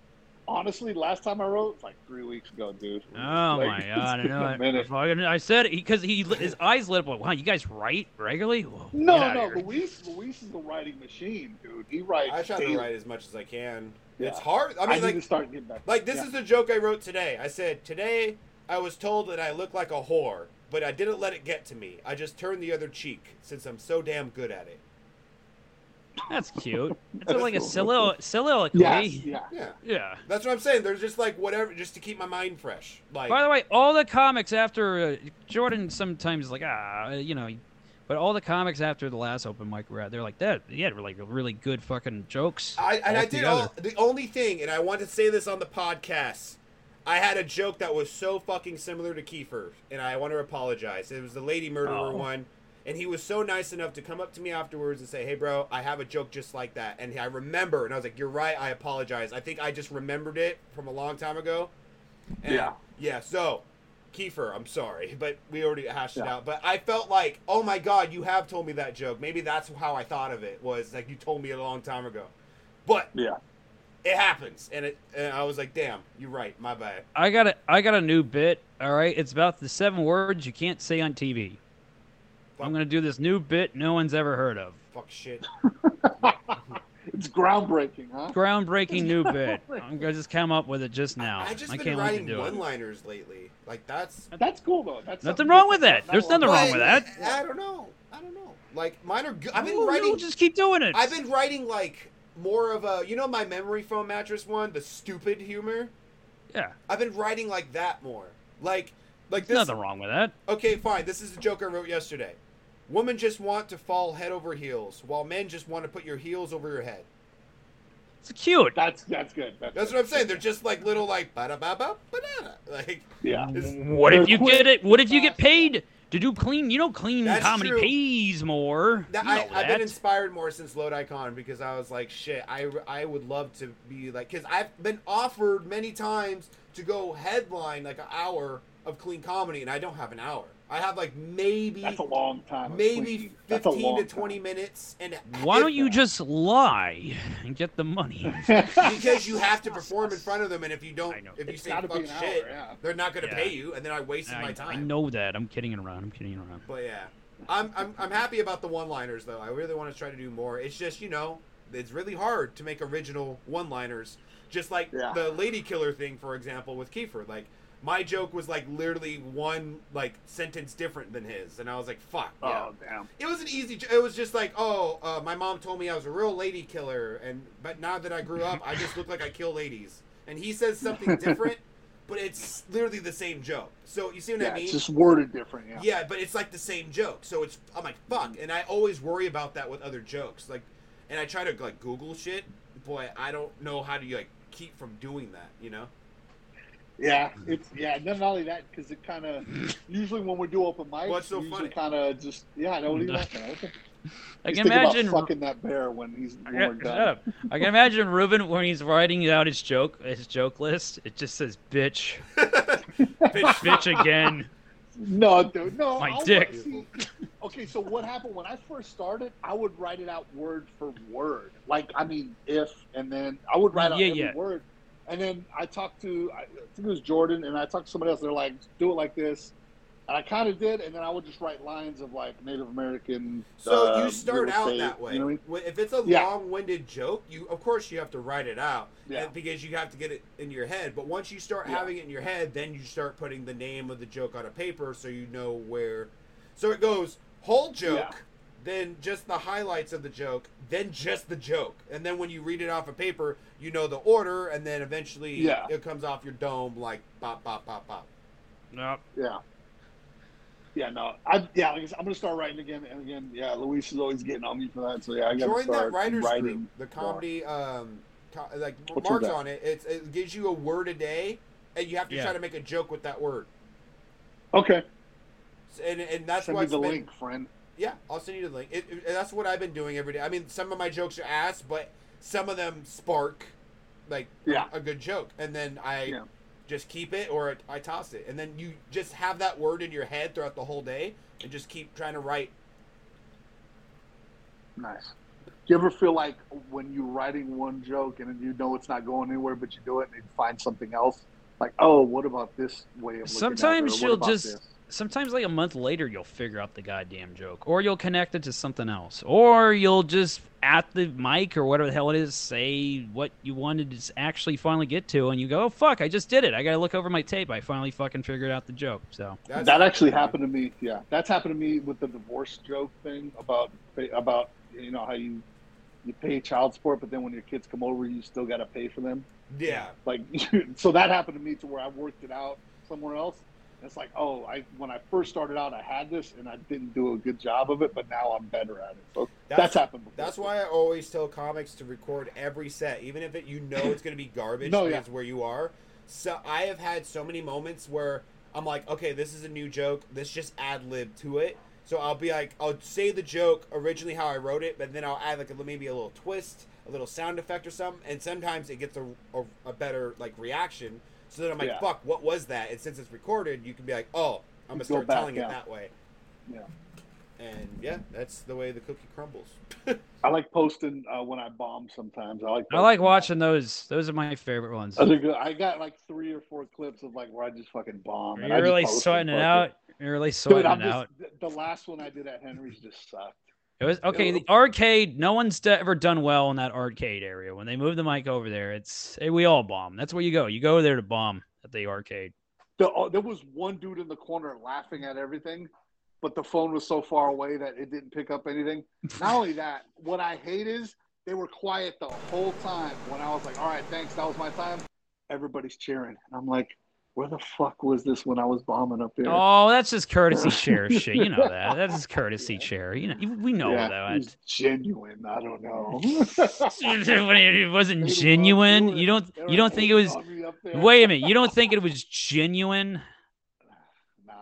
Speaker 3: Honestly, last time I wrote it's like three weeks ago, dude.
Speaker 2: Oh
Speaker 3: Like,
Speaker 2: my
Speaker 3: [LAUGHS] it's
Speaker 2: god! I
Speaker 3: been a
Speaker 2: know. I,
Speaker 3: minute.
Speaker 2: fucking- I said because he his eyes lit up. Like, wow, you guys write regularly? Whoa,
Speaker 3: No,
Speaker 2: get outta
Speaker 3: no,
Speaker 2: here.
Speaker 3: Luis, Luis is a writing machine, dude. He writes.
Speaker 1: I try to
Speaker 3: daily.
Speaker 1: write as much as I can.
Speaker 3: Yeah.
Speaker 1: It's hard. I
Speaker 3: I,
Speaker 1: mean,
Speaker 3: need
Speaker 1: like
Speaker 3: to start getting back.
Speaker 1: like this
Speaker 3: Yeah.
Speaker 1: is the joke I wrote today. I said today I was told that I look like a whore, but I didn't let it get to me. I just turned the other cheek since I'm so damn good at it.
Speaker 2: That's
Speaker 3: [LAUGHS]
Speaker 2: cute. It's like a solilo- soliloquy.
Speaker 3: Yes, yeah.
Speaker 1: Yeah,
Speaker 2: Yeah.
Speaker 1: that's what I'm saying. They're just like whatever, just to keep my mind fresh. Like,
Speaker 2: By the way, all the comics after uh, Jordan sometimes is like ah you know, but all the comics after the last open mic we are at, they're like that. He had like really good fucking jokes.
Speaker 1: I and I did all
Speaker 2: altogether.
Speaker 1: the only thing, and I want to say this on the podcast. I had a joke that was so fucking similar to Kiefer, and I want to apologize. It was the lady murderer
Speaker 6: Oh.
Speaker 1: one, and he was so nice enough to come up to me afterwards and say, "Hey, bro, I have a joke just like that," and I remember, and I was like, "You're right. I apologize. I think I just remembered it from a long time ago." And-
Speaker 3: Yeah.
Speaker 1: Yeah. So. Kiefer, I'm sorry, [LAUGHS] but we already hashed it
Speaker 3: Yeah.
Speaker 1: out. But I felt like, oh my god, you have told me that joke. Maybe that's how I thought of it. Was like you told me a long time ago, but
Speaker 3: Yeah.
Speaker 1: it happens, and it. And I was like, damn, you're right. My bad.
Speaker 2: I got a I got a new bit. All right, it's about the seven words you can't say on TV. I'm gonna do this new bit no one's ever heard of.
Speaker 1: Fuck shit.
Speaker 3: It's groundbreaking, huh?
Speaker 2: Groundbreaking new bit. I'm gonna just come up with it just now.
Speaker 1: I just been
Speaker 2: can't wait to
Speaker 1: writing
Speaker 2: do it.
Speaker 1: one-liners lately. Like that's
Speaker 3: That's cool though.
Speaker 2: Nothing
Speaker 3: That's something
Speaker 2: wrong with
Speaker 3: different.
Speaker 2: that. There's
Speaker 3: Not
Speaker 2: nothing wrong with
Speaker 1: Right,
Speaker 2: that.
Speaker 1: I don't know. I don't know. Like mine are good. I've been
Speaker 2: Ooh, no,
Speaker 1: writing.
Speaker 2: just keep doing it.
Speaker 1: I've been writing like more of a. You know my memory foam mattress one, the stupid humor.
Speaker 2: yeah,
Speaker 1: I've been writing like that more. Like, like
Speaker 2: there's
Speaker 1: this.
Speaker 2: nothing wrong with that.
Speaker 1: [LAUGHS] Okay, fine. This is the joke I wrote yesterday. Women just want to fall head over heels, while men just want to put your heels over your head.
Speaker 2: It's cute.
Speaker 3: That's that's good. That's,
Speaker 1: That's what I'm saying. They're just like little like ba da ba ba banana. Like
Speaker 3: Yeah.
Speaker 1: it's,
Speaker 2: What if
Speaker 3: They're
Speaker 2: you
Speaker 3: quick,
Speaker 2: get it? What if you get
Speaker 3: fast.
Speaker 2: paid to do clean? You know, clean
Speaker 1: That's
Speaker 2: comedy
Speaker 1: true.
Speaker 2: pays more.
Speaker 1: that,
Speaker 2: you know
Speaker 1: I, I've been
Speaker 2: that.
Speaker 1: inspired more since Lodi Con because I was like, shit, I, I would love to be like, because I've been offered many times to go headline like an hour of clean comedy, and I don't have an hour. I have like maybe
Speaker 3: That's a long time.
Speaker 1: maybe
Speaker 3: That's a
Speaker 1: fifteen to
Speaker 3: long
Speaker 1: twenty minutes, and
Speaker 2: [LAUGHS] Why
Speaker 1: if-
Speaker 2: don't you just lie and get the money?
Speaker 3: time.
Speaker 1: [LAUGHS] because you
Speaker 3: [LAUGHS]
Speaker 1: have to perform in front of them, and if you
Speaker 2: I
Speaker 1: don't,
Speaker 2: know.
Speaker 1: if you
Speaker 3: It's
Speaker 1: say
Speaker 3: gotta
Speaker 1: fuck
Speaker 3: be
Speaker 1: shit,
Speaker 3: an hour, yeah.
Speaker 1: they're not gonna
Speaker 2: Yeah.
Speaker 1: pay you, and then I wasted my
Speaker 2: I,
Speaker 1: time.
Speaker 2: I know that. I'm kidding around. I'm kidding around.
Speaker 1: But yeah, I'm I'm, I'm happy about the one-liners though. I really want to try to do more. It's just you know it's really hard to make original one-liners. Just like
Speaker 3: Yeah.
Speaker 1: the lady killer thing, for example, with Kiefer. Like my joke was like literally one like sentence different than his, and I was like, fuck. Yeah.
Speaker 3: Oh damn.
Speaker 1: It was an easy. jo- It was just like, oh, uh, my mom told me I was a real lady killer, and but now that I grew up, I just look like I kill ladies. And he says something
Speaker 3: [LAUGHS]
Speaker 1: different, but it's literally the same joke. So you see what
Speaker 3: Yeah,
Speaker 1: I mean?
Speaker 3: it's just worded different. Yeah.
Speaker 1: Yeah, but it's like the same joke. So it's I'm like fuck, and I always worry about that with other jokes. Like, and I try to like Google shit. Boy, I don't know how do you like keep from doing that. You know?
Speaker 3: Yeah, it's yeah. and Then not only that, because it kind of usually when we do open mics,
Speaker 1: What's so funny?
Speaker 3: usually kind of just yeah. I know what are you laughing at? What the-
Speaker 2: I
Speaker 3: Just
Speaker 2: can
Speaker 3: think about
Speaker 2: imagine.
Speaker 3: fucking that bear when he's
Speaker 2: I
Speaker 3: when we're
Speaker 2: can, shut
Speaker 3: done.
Speaker 2: up. I can imagine Ruben when he's writing out his joke, his joke list. It just says "bitch,
Speaker 1: Bitch,
Speaker 2: bitch
Speaker 3: [LAUGHS]
Speaker 2: again."
Speaker 3: No, dude, no.
Speaker 2: My
Speaker 3: I'll-
Speaker 2: dick.
Speaker 3: see- okay, so what happened when I first started? I would write it out word for word. Like, I mean, if and then I would write out
Speaker 2: Mm, Yeah,
Speaker 3: every
Speaker 2: yeah.
Speaker 3: word. And then I talked to I think it was Jordan, and I talked to somebody else. They're like, "Do it like this," and I kind of did. And then I would just write lines of like Native American.
Speaker 1: So
Speaker 3: uh,
Speaker 1: you start
Speaker 3: real
Speaker 1: out
Speaker 3: estate,
Speaker 1: that way.
Speaker 3: You know what I mean?
Speaker 1: When- If it's a
Speaker 3: Yeah.
Speaker 1: long-winded joke, you of course you have to write it out
Speaker 3: Yeah.
Speaker 1: and- because you have to get it in your head. But once you start
Speaker 3: Yeah.
Speaker 1: having it in your head, then you start putting the name of the joke on a paper so you know where. So it goes whole joke,
Speaker 3: Yeah.
Speaker 1: then just the highlights of the joke, then just the joke, and then when you read it off a paper, you know the order, and then eventually
Speaker 3: Yeah.
Speaker 1: it comes off your dome like pop, pop, pop, pop.
Speaker 2: No,
Speaker 3: Yeah. Yeah, no, I yeah, like I said, I'm gonna start writing again and again. Yeah, Luis is always getting on me for that, so yeah, I gotta
Speaker 1: Join
Speaker 3: start
Speaker 1: that writers
Speaker 3: writing.
Speaker 1: group, the comedy. Um, co- like
Speaker 3: What's with
Speaker 1: marks
Speaker 3: that?
Speaker 1: on it. It's, it gives you a word a day, and you have to
Speaker 2: Yeah.
Speaker 1: try to make a joke with that word.
Speaker 3: Okay,
Speaker 1: S- And and that's
Speaker 3: send
Speaker 1: why
Speaker 3: me
Speaker 1: it's
Speaker 3: the
Speaker 1: been-
Speaker 3: link, friend.
Speaker 1: Yeah, I'll send you the link. It, it- that's what I've been doing every day. I mean, some of my jokes are ass, but some of them spark like a-
Speaker 3: Yeah.
Speaker 1: a, good joke, and then I
Speaker 3: Yeah.
Speaker 1: just keep it or I toss it, and then you just have that word in your head throughout the whole day, and just keep trying to write.
Speaker 3: Nice. Do you ever feel like when you're writing one joke and you know it's not going anywhere, but you do it and you find something else? Like, oh, what about this way of looking at it?
Speaker 2: Sometimes
Speaker 3: Or what
Speaker 2: you'll
Speaker 3: about
Speaker 2: just-
Speaker 3: this?
Speaker 2: sometimes like a month later you'll figure out the goddamn joke or you'll connect it to something else or you'll just at the mic or whatever the hell it is say what you wanted to s- actually finally get to and you go oh fuck i just did it i gotta look over my tape i finally fucking figured out the joke so
Speaker 1: That's,
Speaker 3: that actually happened to me. Yeah, that's happened to me with the divorce joke thing about about you know how you you pay child support, but then when your kids come over, you still got to pay for them.
Speaker 1: Yeah.
Speaker 3: Like, [LAUGHS] so that happened to me to where I worked it out somewhere else. And It's like, oh, I when I first started out, I had this and I didn't do a good job of it, but now I'm better at it. So that's, happened. Before.
Speaker 1: That's why I always tell comics to record every set, even if it you know it's going to
Speaker 3: [CLEARS THROAT]
Speaker 1: be garbage
Speaker 3: No, yeah.
Speaker 1: because where you are. So I have had so many moments where I'm like, okay, this is a new joke. Let's just ad lib to it. So I'll be like, I'll say the joke originally how I wrote it, but then I'll add like a, maybe a little twist, a little sound effect or something, and sometimes it gets a, a, a better like reaction. So then I'm like,
Speaker 3: Yeah.
Speaker 1: fuck, what was that? And since it's recorded, you can be like, oh, I'm gonna
Speaker 3: Go
Speaker 1: start
Speaker 3: back,
Speaker 1: telling
Speaker 3: yeah.
Speaker 1: it that way.
Speaker 3: Yeah.
Speaker 1: And yeah, that's the way the cookie crumbles.
Speaker 3: I like posting uh, when I bomb. Sometimes I like.
Speaker 2: I like
Speaker 3: posting-
Speaker 2: watching those. Those are my favorite ones.
Speaker 3: I think I got like three or four clips of like where I just fucking bomb. and Oh, I
Speaker 2: You're really
Speaker 3: just post
Speaker 2: sweating
Speaker 3: and
Speaker 2: it
Speaker 3: post
Speaker 2: out. You're really
Speaker 3: Dude,
Speaker 2: sweating
Speaker 3: I'm
Speaker 2: it
Speaker 3: just,
Speaker 2: out.
Speaker 3: th- the last one I did at Henry's just sucked.
Speaker 2: It was okay. The
Speaker 3: Dude.
Speaker 2: arcade. No one's d- ever done well in that arcade area. When they move the mic over there, it's eh, we all bomb. That's where you go. You go there to bomb at the arcade.
Speaker 3: The, oh, there was one dude in the corner laughing at everything, but the phone was so far away that it didn't pick up
Speaker 2: [LAUGHS]
Speaker 3: anything. Not only that, what I hate is they were quiet the whole time. When I was like, "All right, thanks, that was my time," everybody's cheering, and I'm like, "Where the fuck was this when I was bombing up there?"
Speaker 2: Oh, that's just courtesy
Speaker 3: [LAUGHS]
Speaker 2: chair shit. You know that. That is courtesy chair. You know you- we know
Speaker 3: yeah, it
Speaker 2: that.
Speaker 3: was genuine. I
Speaker 2: [LAUGHS]
Speaker 3: don't know. [LAUGHS]
Speaker 2: it
Speaker 3: They
Speaker 2: wasn't
Speaker 3: loved
Speaker 2: genuine.
Speaker 3: doing
Speaker 2: You
Speaker 3: it.
Speaker 2: don't.
Speaker 3: They were
Speaker 2: You don't think it was.
Speaker 3: hating on me up there.
Speaker 2: Wait a minute. You don't think it was genuine?
Speaker 3: Nah,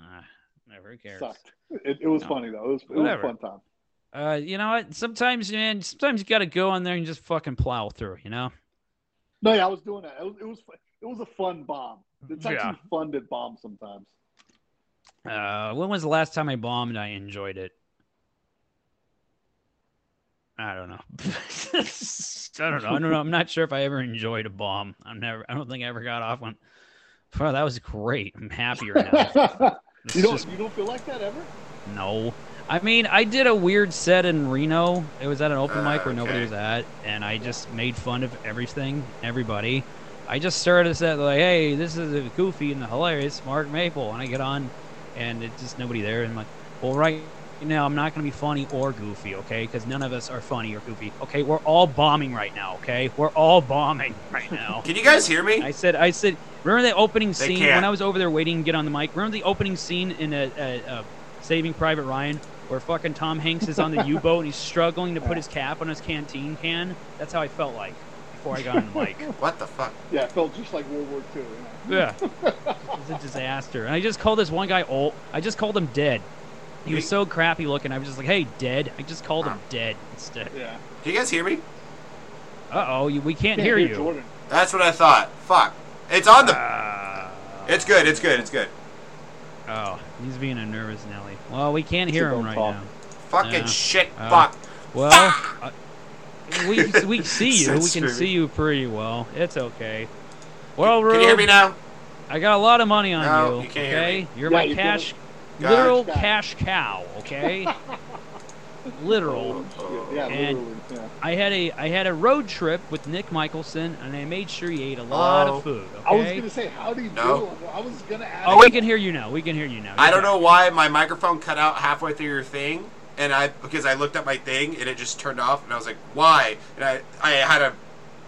Speaker 2: Uh, never cares.
Speaker 3: sucked. It, it was
Speaker 2: No.
Speaker 3: funny though. It was, it was a
Speaker 2: Whatever.
Speaker 3: fun time.
Speaker 2: Uh, you know what? Sometimes, man. Sometimes you got to go on there and just fucking plow through. You know.
Speaker 3: No, yeah, I was doing that. It was it was, fu- it was a fun bomb. It's actually
Speaker 2: Yeah.
Speaker 3: fun to bomb sometimes.
Speaker 2: Uh, when was the last time I bombed? I enjoyed it. I don't know. [LAUGHS] I don't know. I don't know. I'm not sure if I ever enjoyed a bomb. I'm never. I don't think I ever got off one. Wow, that was great. I'm happier now. It's
Speaker 3: [LAUGHS] you don't
Speaker 2: just-
Speaker 3: you don't feel like that ever?
Speaker 2: no. I mean, I did a weird set in Reno. It was at an open mic
Speaker 4: Ah,
Speaker 2: where nobody
Speaker 4: okay.
Speaker 2: was at, and I just made fun of everything, everybody. I just started a set like, "Hey, this is a goofy and hilarious Mark Maple," and I get on, and it's just nobody there. And I'm like, "Well, right now, I'm not going to be funny or goofy, okay? Because none of us are funny or goofy. Okay, we're all bombing right now. Okay, we're all bombing [LAUGHS] right now."
Speaker 4: Can you guys hear me?
Speaker 2: I said, I said, remember that opening scene
Speaker 4: can't.
Speaker 2: when I was over there waiting to get on the mic? Remember the opening scene in a, a, a Saving Private Ryan where fucking Tom Hanks is on the U boat and he's struggling to put his cap on his canteen can? That's how I felt like before I got on the mic.
Speaker 4: What the fuck?
Speaker 3: Yeah, it felt just like World War II. You know?
Speaker 2: Yeah. It was a disaster. And I just called this one guy old. I just called him dead. He was so crappy looking. I was just like, hey, dead. I just called him dead instead.
Speaker 3: Yeah.
Speaker 4: Can you guys hear me?
Speaker 2: Uh oh, we can't, hear, you.
Speaker 3: Jordan.
Speaker 4: That's what I thought. Fuck. It's on the.
Speaker 2: Ah.
Speaker 4: It's good. It's good. It's good.
Speaker 2: Oh, he's being a nervous Nelly. Well, we can't hear him
Speaker 3: don't
Speaker 2: right
Speaker 3: talk.
Speaker 2: now.
Speaker 4: Fucking
Speaker 2: Yeah.
Speaker 4: shit.
Speaker 2: Uh,
Speaker 4: fuck.
Speaker 2: Well, uh, we
Speaker 4: [LAUGHS]
Speaker 2: we see you. we
Speaker 4: Sounds
Speaker 2: can
Speaker 4: trivial.
Speaker 2: see you pretty well. It's okay. Well,
Speaker 4: Can you hear
Speaker 2: Rube,
Speaker 4: me now?
Speaker 2: I got a lot of money on
Speaker 4: No,
Speaker 2: you.
Speaker 4: you can't hear
Speaker 2: okay, you're
Speaker 3: Yeah,
Speaker 2: my
Speaker 3: you
Speaker 2: cash,
Speaker 4: God.
Speaker 2: literal
Speaker 3: Cash
Speaker 2: cash
Speaker 3: cow.
Speaker 2: cow. Okay, [LAUGHS]
Speaker 3: Oh,
Speaker 2: literal.
Speaker 4: Oh.
Speaker 3: shit. Yeah,
Speaker 2: And-
Speaker 3: literally. Yeah.
Speaker 2: I had a I had a road trip with Nick Michelson, and I made sure he ate a lot
Speaker 4: Oh.
Speaker 2: of food.
Speaker 3: I was
Speaker 2: Okay.
Speaker 3: gonna say, how do you
Speaker 4: No.
Speaker 3: do? I was gonna ask.
Speaker 2: Oh, we can hear you now. We can hear you now.
Speaker 4: I
Speaker 2: You're
Speaker 4: don't know why my microphone cut out halfway through your thing, and I because I looked up my thing and it just turned off, and I was like, why? And I I had to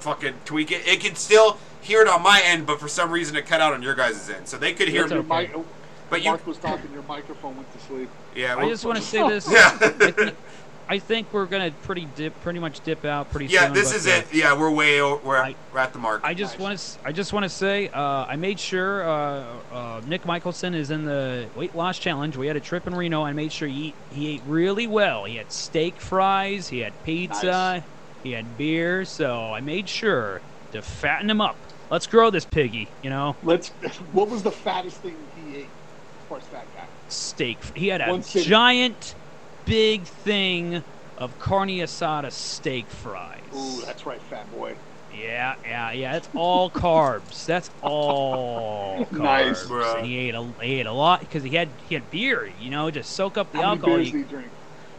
Speaker 4: fucking tweak it. It could still hear it on my end, but for some reason it cut out on your guys' end, so they could hear
Speaker 2: That's
Speaker 4: me.
Speaker 2: okay.
Speaker 3: your mic.
Speaker 4: But you,
Speaker 3: Mark was talking. Your microphone went to sleep.
Speaker 4: yeah.
Speaker 2: back.
Speaker 4: well-
Speaker 2: I just want to say this. [LAUGHS]
Speaker 4: [LAUGHS]
Speaker 2: I,
Speaker 4: yeah.
Speaker 2: thi- I think we're gonna pretty dip, pretty much dip out pretty
Speaker 4: yeah.
Speaker 2: soon.
Speaker 4: This
Speaker 2: but,
Speaker 4: is
Speaker 2: uh,
Speaker 4: it. Yeah, we're way o- we're,
Speaker 2: I-
Speaker 4: we're at the mark.
Speaker 2: I just want to. I just want to say. Uh, I made sure uh, uh, Nick Michelson is in the weight loss challenge. We had a trip in Reno. I made sure he he ate really well. He had steak fries. He had pizza.
Speaker 3: Nice.
Speaker 2: He had beer. So I made sure to fatten him up. Let's grow this piggy. You know,
Speaker 3: Let's. [LAUGHS] What was the fattest thing he ate? As far as fat guy.
Speaker 2: steak. He had a
Speaker 3: One city.
Speaker 2: giant, big thing of carne asada steak fries.
Speaker 3: Ooh, that's right, fat boy.
Speaker 2: Yeah, yeah, yeah. That's all carbs. That's all carbs.
Speaker 3: [LAUGHS] Nice,
Speaker 4: bro.
Speaker 2: And he ate a he ate a lot because he had he had beer, you know, to soak up the
Speaker 3: How many
Speaker 2: alcohol.
Speaker 3: beers did
Speaker 2: You-
Speaker 3: he drink?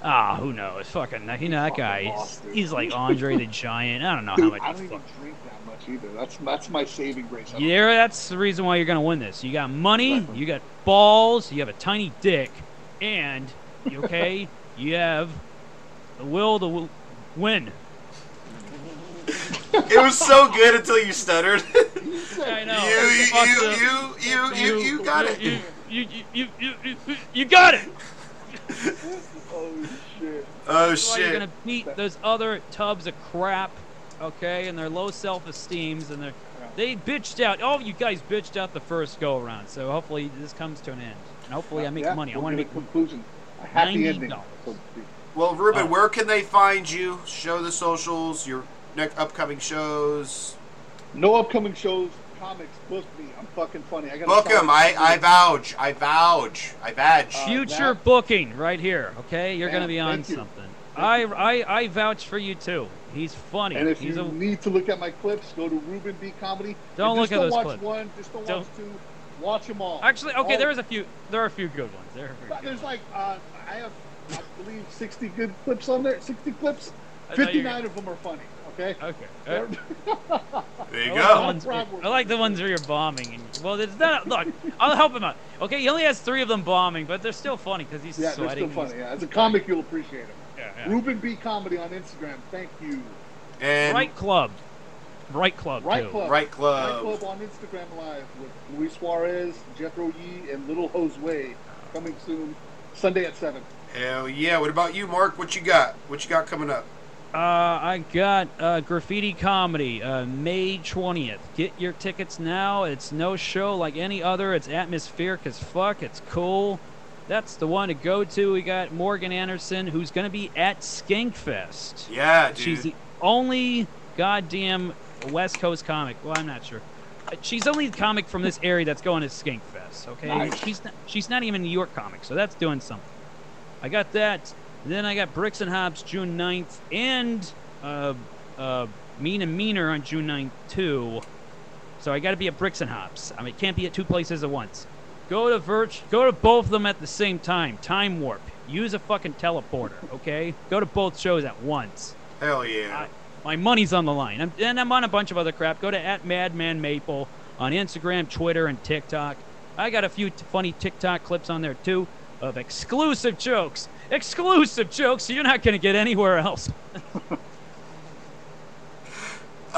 Speaker 2: Ah, who knows? Fucking, you know that
Speaker 3: Fucking
Speaker 2: guy. He's,
Speaker 3: lost, dude.
Speaker 2: he's
Speaker 3: [LAUGHS]
Speaker 2: like Andre the Giant. I don't know how
Speaker 3: Dude, I
Speaker 2: much.
Speaker 3: don't
Speaker 2: he's
Speaker 3: even
Speaker 2: fuck-
Speaker 3: drink that much either. That's that's my saving grace. [LAUGHS] I don't
Speaker 2: Yeah, that's the reason why you're gonna win this. You got money,
Speaker 3: Exactly.
Speaker 2: you got balls, you have a tiny [LAUGHS] dick, and you okay, you have the will to w- Win.
Speaker 1: It was so good until you stuttered. you,
Speaker 2: I know.
Speaker 1: you, you, you, you, you got it.
Speaker 2: You, you, you, you, you, you, you got it.
Speaker 3: Oh shit!
Speaker 1: Oh
Speaker 2: That's why you're
Speaker 1: shit.
Speaker 2: gonna beat those other tubs of crap, okay? And their low self-esteems and their they bitched out. Oh, you guys bitched out the first go around. So hopefully this comes to an end, and hopefully I make
Speaker 3: Yeah,
Speaker 2: money. I
Speaker 3: we'll
Speaker 2: want to
Speaker 3: give
Speaker 2: make
Speaker 3: a conclusion, a happy
Speaker 2: $90.
Speaker 3: ending. So to speak.
Speaker 1: Well, Ruben,
Speaker 2: Oh.
Speaker 1: where can they find you? Show the socials, your next upcoming shows.
Speaker 3: No upcoming shows, comics. Book me. I'm fucking funny. I got
Speaker 1: Book 'em. I, I vouch. I vouch. I vouch.
Speaker 3: Uh,
Speaker 2: future
Speaker 3: that-
Speaker 2: booking right here, okay? You're gonna
Speaker 3: Man,
Speaker 2: be on
Speaker 3: thank you.
Speaker 2: something.
Speaker 3: Thank
Speaker 2: I, I I vouch for you too. He's funny.
Speaker 3: And if
Speaker 2: He's
Speaker 3: you
Speaker 2: a,
Speaker 3: need to look at my clips, go to Ruben B Comedy.
Speaker 2: Don't
Speaker 3: And
Speaker 2: look
Speaker 3: just
Speaker 2: at
Speaker 3: don't
Speaker 2: those
Speaker 3: watch
Speaker 2: clips.
Speaker 3: one. Just don't, watch
Speaker 2: Don't.
Speaker 3: two. Watch them all.
Speaker 2: actually okay.
Speaker 3: All-
Speaker 2: There is a few. There are a few good ones. There are a few
Speaker 3: But
Speaker 2: good
Speaker 3: There's
Speaker 2: ones.
Speaker 3: like uh, I have, I believe, 60 good clips on there. 60 clips.
Speaker 2: I thought you were
Speaker 3: 59 of them are funny.
Speaker 2: [LAUGHS]
Speaker 3: Okay.
Speaker 2: gonna- Okay.
Speaker 3: They're-
Speaker 1: there you
Speaker 2: I like, the
Speaker 1: go.
Speaker 2: ones where, I like the ones where you're bombing. And, well, it's not. Look, I'll help him out. Okay, he only has three of them bombing, but they're still funny because he's
Speaker 3: yeah, they're
Speaker 2: sweating.
Speaker 3: still funny. Yeah, as a comic, you'll appreciate them.
Speaker 2: Yeah, yeah.
Speaker 3: Ruben B Comedy on Instagram. Thank you.
Speaker 1: And
Speaker 2: Right club, right club
Speaker 3: Right
Speaker 2: too.
Speaker 3: Club.
Speaker 1: Right
Speaker 3: Night
Speaker 1: Club.
Speaker 3: Club on Instagram Live with Luis Suarez, Jethro Yee, and Little Jose coming soon, Sunday at 7.
Speaker 1: Hell yeah. What about you, Mark? What you got? What you got coming up?
Speaker 2: Uh, I got uh, graffiti comedy uh, May twentieth. Get your tickets now. It's no show like any other. It's atmospheric as fuck. It's cool. That's the one to go to. We got Morgan Anderson, who's gonna be at Skankfest.
Speaker 1: Yeah, dude.
Speaker 2: She's the only goddamn West Coast comic. Well, I'm not sure. Uh, She's the only comic from this area that's going to Skink Fest. Okay,
Speaker 3: Nice.
Speaker 2: she's not, she's not even a New York comic, so that's doing something. I got that. Then I got Bricks and Hops June 9th and uh, uh, Mean and Meaner on June 9th too. So I got to be at Bricks and Hops. I mean, it can't be at two places at once. Go to Virch. Go to both of them at the same time. Time warp. Use a fucking teleporter. Okay. Go to both shows at once.
Speaker 1: Hell yeah.
Speaker 2: My money's on the line. I'm, and I'm on a bunch of other crap. Go to at Madman Maple on Instagram, Twitter, and TikTok. I got a few t- funny TikTok clips on there too of exclusive jokes. Exclusive jokes you're not going to get anywhere else.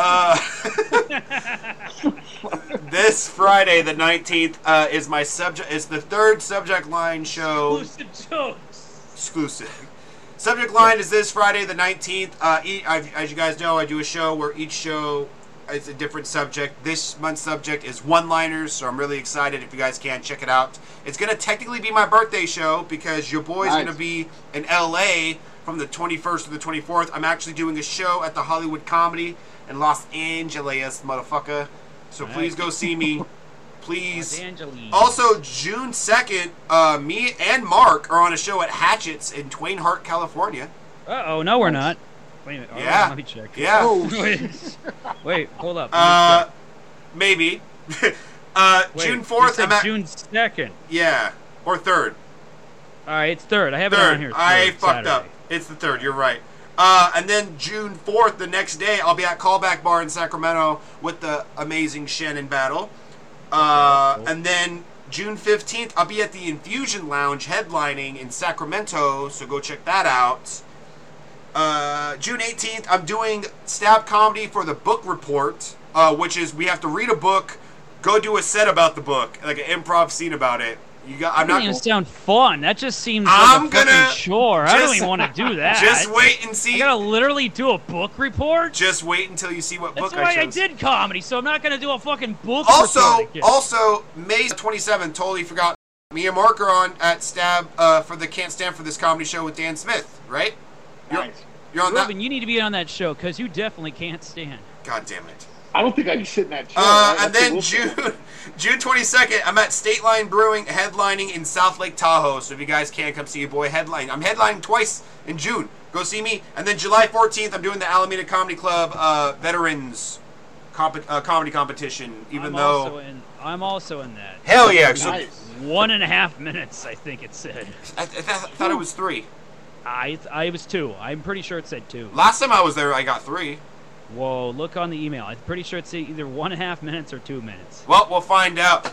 Speaker 1: Uh, [LAUGHS] this Friday, the 19th, uh, is my subject. It's the third subject line show.
Speaker 7: Exclusive jokes.
Speaker 1: exclusive. Subject line is this Friday the 19th. Uh, e- i as you guys know, I do a show where each show is a different subject. This month's subject is one liners, so I'm really excited if you guys can check it out. It's going to technically be my birthday show because your boy's
Speaker 3: Nice.
Speaker 1: going to be in LA from the 21st to the 24th. I'm actually doing a show at the Hollywood Comedy in Los Angeles, motherfucker. So please go see me. Please.
Speaker 2: Angeline.
Speaker 1: Also, June 2nd, uh, me and Mark are on a show at Hatchets in Twainhart, California.
Speaker 2: Uh oh, no, we're not. Wait a minute. Hold on,
Speaker 1: Yeah.
Speaker 2: Let me check.
Speaker 1: Yeah.
Speaker 2: [LAUGHS]
Speaker 3: [LAUGHS]
Speaker 2: Wait, wait, hold up. Let me
Speaker 1: Uh,
Speaker 2: check.
Speaker 1: maybe. [LAUGHS] uh,
Speaker 2: Wait,
Speaker 1: June
Speaker 2: you
Speaker 1: 4th,
Speaker 2: said
Speaker 1: I'm at.
Speaker 2: June 2nd.
Speaker 1: Yeah. Or 3rd.
Speaker 2: All right, it's 3rd. I have it on
Speaker 1: Third.
Speaker 2: here.
Speaker 1: I
Speaker 2: Third,
Speaker 1: fucked up.
Speaker 2: Saturday.
Speaker 1: It's the 3rd. You're right. Uh, and then June 4th, the next day, I'll be at Callback Bar in Sacramento with the amazing Shannon Battle. Uh, And then June 15th, I'll be at the Infusion Lounge headlining in Sacramento, so go check that out. Uh, June 18th, I'm doing stab comedy for the book report, uh, which is we have to read a book, go do a set about the book, like an improv scene about it. You got, I'm
Speaker 2: That doesn't
Speaker 1: not
Speaker 2: even sound fun. That just seems like
Speaker 1: I'm
Speaker 2: a
Speaker 1: gonna-
Speaker 2: fucking chore. I don't
Speaker 1: just-
Speaker 2: even want to do that.
Speaker 1: just wait and see.
Speaker 2: I gotta literally do a book report.
Speaker 1: Just wait until you see what
Speaker 2: That's
Speaker 1: book
Speaker 2: why
Speaker 1: I
Speaker 2: I,
Speaker 1: chose.
Speaker 2: did comedy, so I'm not gonna do a fucking book report.
Speaker 1: Also,
Speaker 2: again.
Speaker 1: also May 27th, totally forgot. Me and Mark are on at Stab uh, for the Can't Stand for This comedy show with Dan Smith, right? You're,
Speaker 3: Nice.
Speaker 1: you're on
Speaker 2: Ruben, you need to be on that show because you definitely can't stand.
Speaker 1: that. God damn it.
Speaker 3: I don't think I can sit in that chair.
Speaker 1: Uh,
Speaker 3: That's
Speaker 1: and then
Speaker 3: a little-
Speaker 1: June [LAUGHS] June 22nd, I'm at State Line Brewing headlining in South Lake Tahoe. So if you guys can come see your boy headline, I'm headlining twice in June. Go see me. And then July 14th, I'm doing the Alameda Comedy Club uh, Veterans comp- uh, Comedy Competition, even
Speaker 2: I'm
Speaker 1: though.
Speaker 2: also in. I'm also in that.
Speaker 1: Hell yeah! So
Speaker 3: Nice.
Speaker 2: One and a half minutes, I think it said.
Speaker 1: I, I th- I thought it was three.
Speaker 2: I I was two. I'm pretty sure it said two.
Speaker 1: Last time I was there, I got three.
Speaker 2: Whoa, look on the email. I'm pretty sure it said either one and a half minutes or two minutes.
Speaker 1: Well, we'll find out.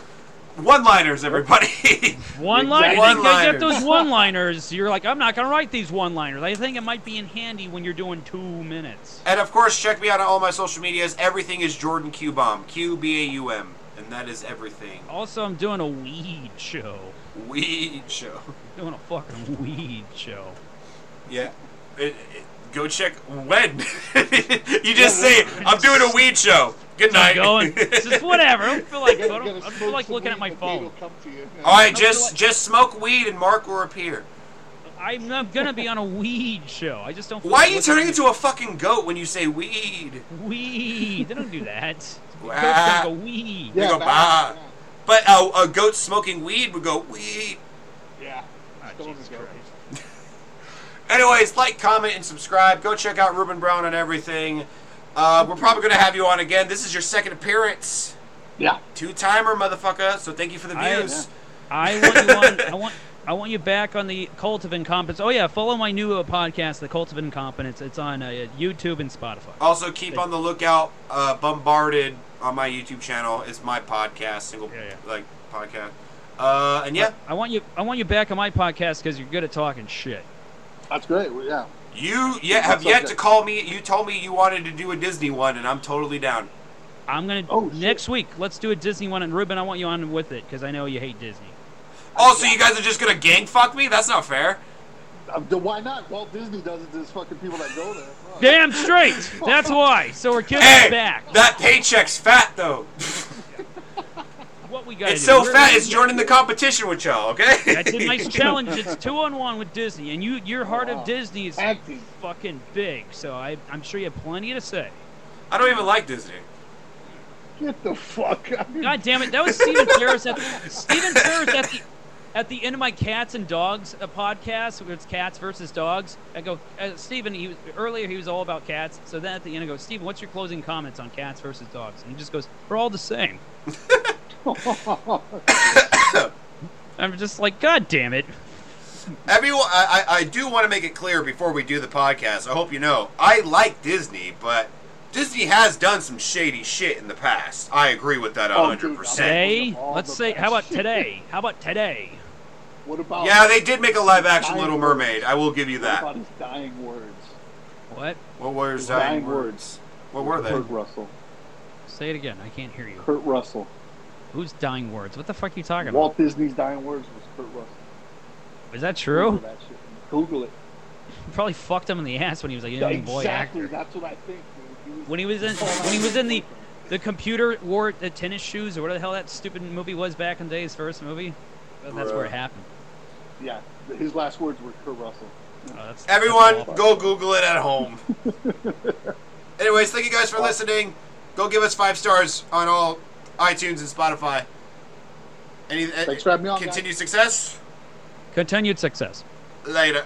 Speaker 1: one liners, everybody. [LAUGHS]
Speaker 2: One
Speaker 1: Exactly.
Speaker 2: liner. You gotta get
Speaker 1: One-liners.
Speaker 2: those one liners. You're like, I'm not gonna write these one liners. I think it might be in handy when you're doing two minutes.
Speaker 1: and of course, check me out on all my social medias. Everything is Jordan Q Bomb. Q B A U M. And that is everything.
Speaker 2: Also, I'm doing a weed show.
Speaker 1: Weed show. [LAUGHS]
Speaker 2: Doing a fucking weed show.
Speaker 1: Yeah. It, it, go check when. [LAUGHS] you just say, I'm doing a weed show. Good night. [LAUGHS]
Speaker 2: I'm going. It's just whatever. I don't feel
Speaker 3: [LAUGHS]
Speaker 2: like. I
Speaker 3: You're gonna
Speaker 2: don't, I don't feel
Speaker 3: smoke
Speaker 2: like
Speaker 3: some
Speaker 2: looking at my
Speaker 3: weed and
Speaker 2: phone.
Speaker 3: they'll come to you.
Speaker 1: All right,
Speaker 2: I'm gonna
Speaker 1: just
Speaker 2: like-
Speaker 1: just smoke weed and Mark will appear.
Speaker 2: I'm, I'm gonna be on a weed show. I just don't. feel
Speaker 1: Why are
Speaker 2: like
Speaker 1: you
Speaker 2: looking
Speaker 1: turning
Speaker 2: at
Speaker 1: into a fucking goat when you say weed?
Speaker 2: weed? They don't do
Speaker 1: [LAUGHS]
Speaker 2: that.
Speaker 1: Wah.
Speaker 2: Go weed.
Speaker 1: Yeah. go,
Speaker 3: back-
Speaker 1: "Bah." But a, a goat smoking weed would go weed.
Speaker 3: Yeah.
Speaker 2: Ah,
Speaker 3: Stone
Speaker 2: Jesus
Speaker 3: Goat.
Speaker 2: Christ.
Speaker 1: Anyways, like, comment, and subscribe. Go check out Ruben Brown and everything. Uh, we're probably gonna have you on again. This is your second appearance,
Speaker 3: Yeah.
Speaker 1: two timer, motherfucker. So thank you for the
Speaker 2: I-
Speaker 1: views.
Speaker 2: I want you on. I want. I want you back on the Cult of Incompetence. Oh yeah, follow my new uh, podcast, The Cult of Incompetence. It's on uh, YouTube and Spotify.
Speaker 1: Also, keep on the lookout. Uh, Bombarded on my YouTube channel is my podcast, single
Speaker 2: Yeah,
Speaker 1: like podcast. Uh, and yeah,
Speaker 2: I want you. I want you back on my podcast because you're good at talking shit.
Speaker 3: That's great. well, Yeah.
Speaker 1: you yeah have
Speaker 3: That's
Speaker 1: yet
Speaker 3: okay.
Speaker 1: to call me. You told me you wanted to do a Disney one, and I'm totally down.
Speaker 2: I'm gonna
Speaker 3: Oh, shit.
Speaker 2: next week. Let's do a Disney one, and Ruben, I want you on with it because I know you hate Disney.
Speaker 1: Also, you guys are just gonna gang fuck me? That's not fair.
Speaker 3: Uh, then why not? Walt Disney does it to his fucking people that go there. Fuck.
Speaker 2: Damn straight. That's why. So we're kicking
Speaker 1: Hey,
Speaker 2: it back.
Speaker 1: that paycheck's fat though.
Speaker 2: what we got?
Speaker 1: It's so fat. It's joining the competition with y'all. Okay. [LAUGHS]
Speaker 2: That's a nice challenge. It's two on one with Disney, and you your heart
Speaker 3: Wow.
Speaker 2: of Disney is
Speaker 3: Tag team.
Speaker 2: fucking big. So I, I'm sure you have plenty to say.
Speaker 1: I don't even like Disney.
Speaker 3: Get the fuck out.
Speaker 2: God damn it! That was Steven Ferris at Steven Ferris at the at the end of my cats and dogs uh, podcast. Where it's cats versus dogs. I go, uh, Steven. He was, earlier he was all about cats. So then at the end I go, Steven, what's your closing comments on cats versus dogs? And he just goes, we're all the same. I'm just like, God damn it!
Speaker 1: Everyone, I, I, I do want to make it clear before we do the podcast. I hope you know I like Disney, but Disney has done some shady shit in the past. I agree with that a
Speaker 3: Oh,
Speaker 1: hundred
Speaker 3: dude,
Speaker 1: percent.
Speaker 2: Today,
Speaker 3: all
Speaker 2: let's
Speaker 3: the
Speaker 2: say, how about
Speaker 3: best.
Speaker 2: today? How about today?
Speaker 3: [LAUGHS] What about?
Speaker 1: Yeah, they did make a live action
Speaker 3: Dying
Speaker 1: Little
Speaker 3: words.
Speaker 1: Mermaid. I will give you
Speaker 3: What
Speaker 1: that.
Speaker 3: about his dying words?
Speaker 2: What?
Speaker 1: What were his
Speaker 3: His
Speaker 1: dying
Speaker 3: dying
Speaker 1: words? What were they?
Speaker 3: Kurt Russell.
Speaker 2: Say it again. I can't hear you.
Speaker 3: Kurt Russell.
Speaker 2: Who's dying words? What the fuck are you talking about?
Speaker 3: Walt Disney's dying words was Kurt Russell.
Speaker 2: Is that
Speaker 3: Google
Speaker 2: true?
Speaker 3: that shit. Google it.
Speaker 2: He probably fucked him in the ass when he was like a young boy
Speaker 3: exactly.
Speaker 2: actor.
Speaker 3: That's what I think. Dude. He was-
Speaker 2: When he
Speaker 3: [LAUGHS]
Speaker 2: was in, when he was in the, the computer wore the tennis shoes or whatever the hell that stupid movie was back in the day's first movie. That- That's where it
Speaker 1: Bruh.
Speaker 2: happened.
Speaker 3: Yeah. His last words were Kurt Russell.
Speaker 2: Oh, that's, that's
Speaker 1: Everyone,
Speaker 2: awful.
Speaker 1: go Google it at
Speaker 3: [LAUGHS]
Speaker 1: home. Anyways, thank you guys for listening. Go give us five stars on all iTunes and Spotify. Any,
Speaker 3: Thanks for having me on. guys.
Speaker 1: Continued success.
Speaker 2: Continued success.
Speaker 1: Later.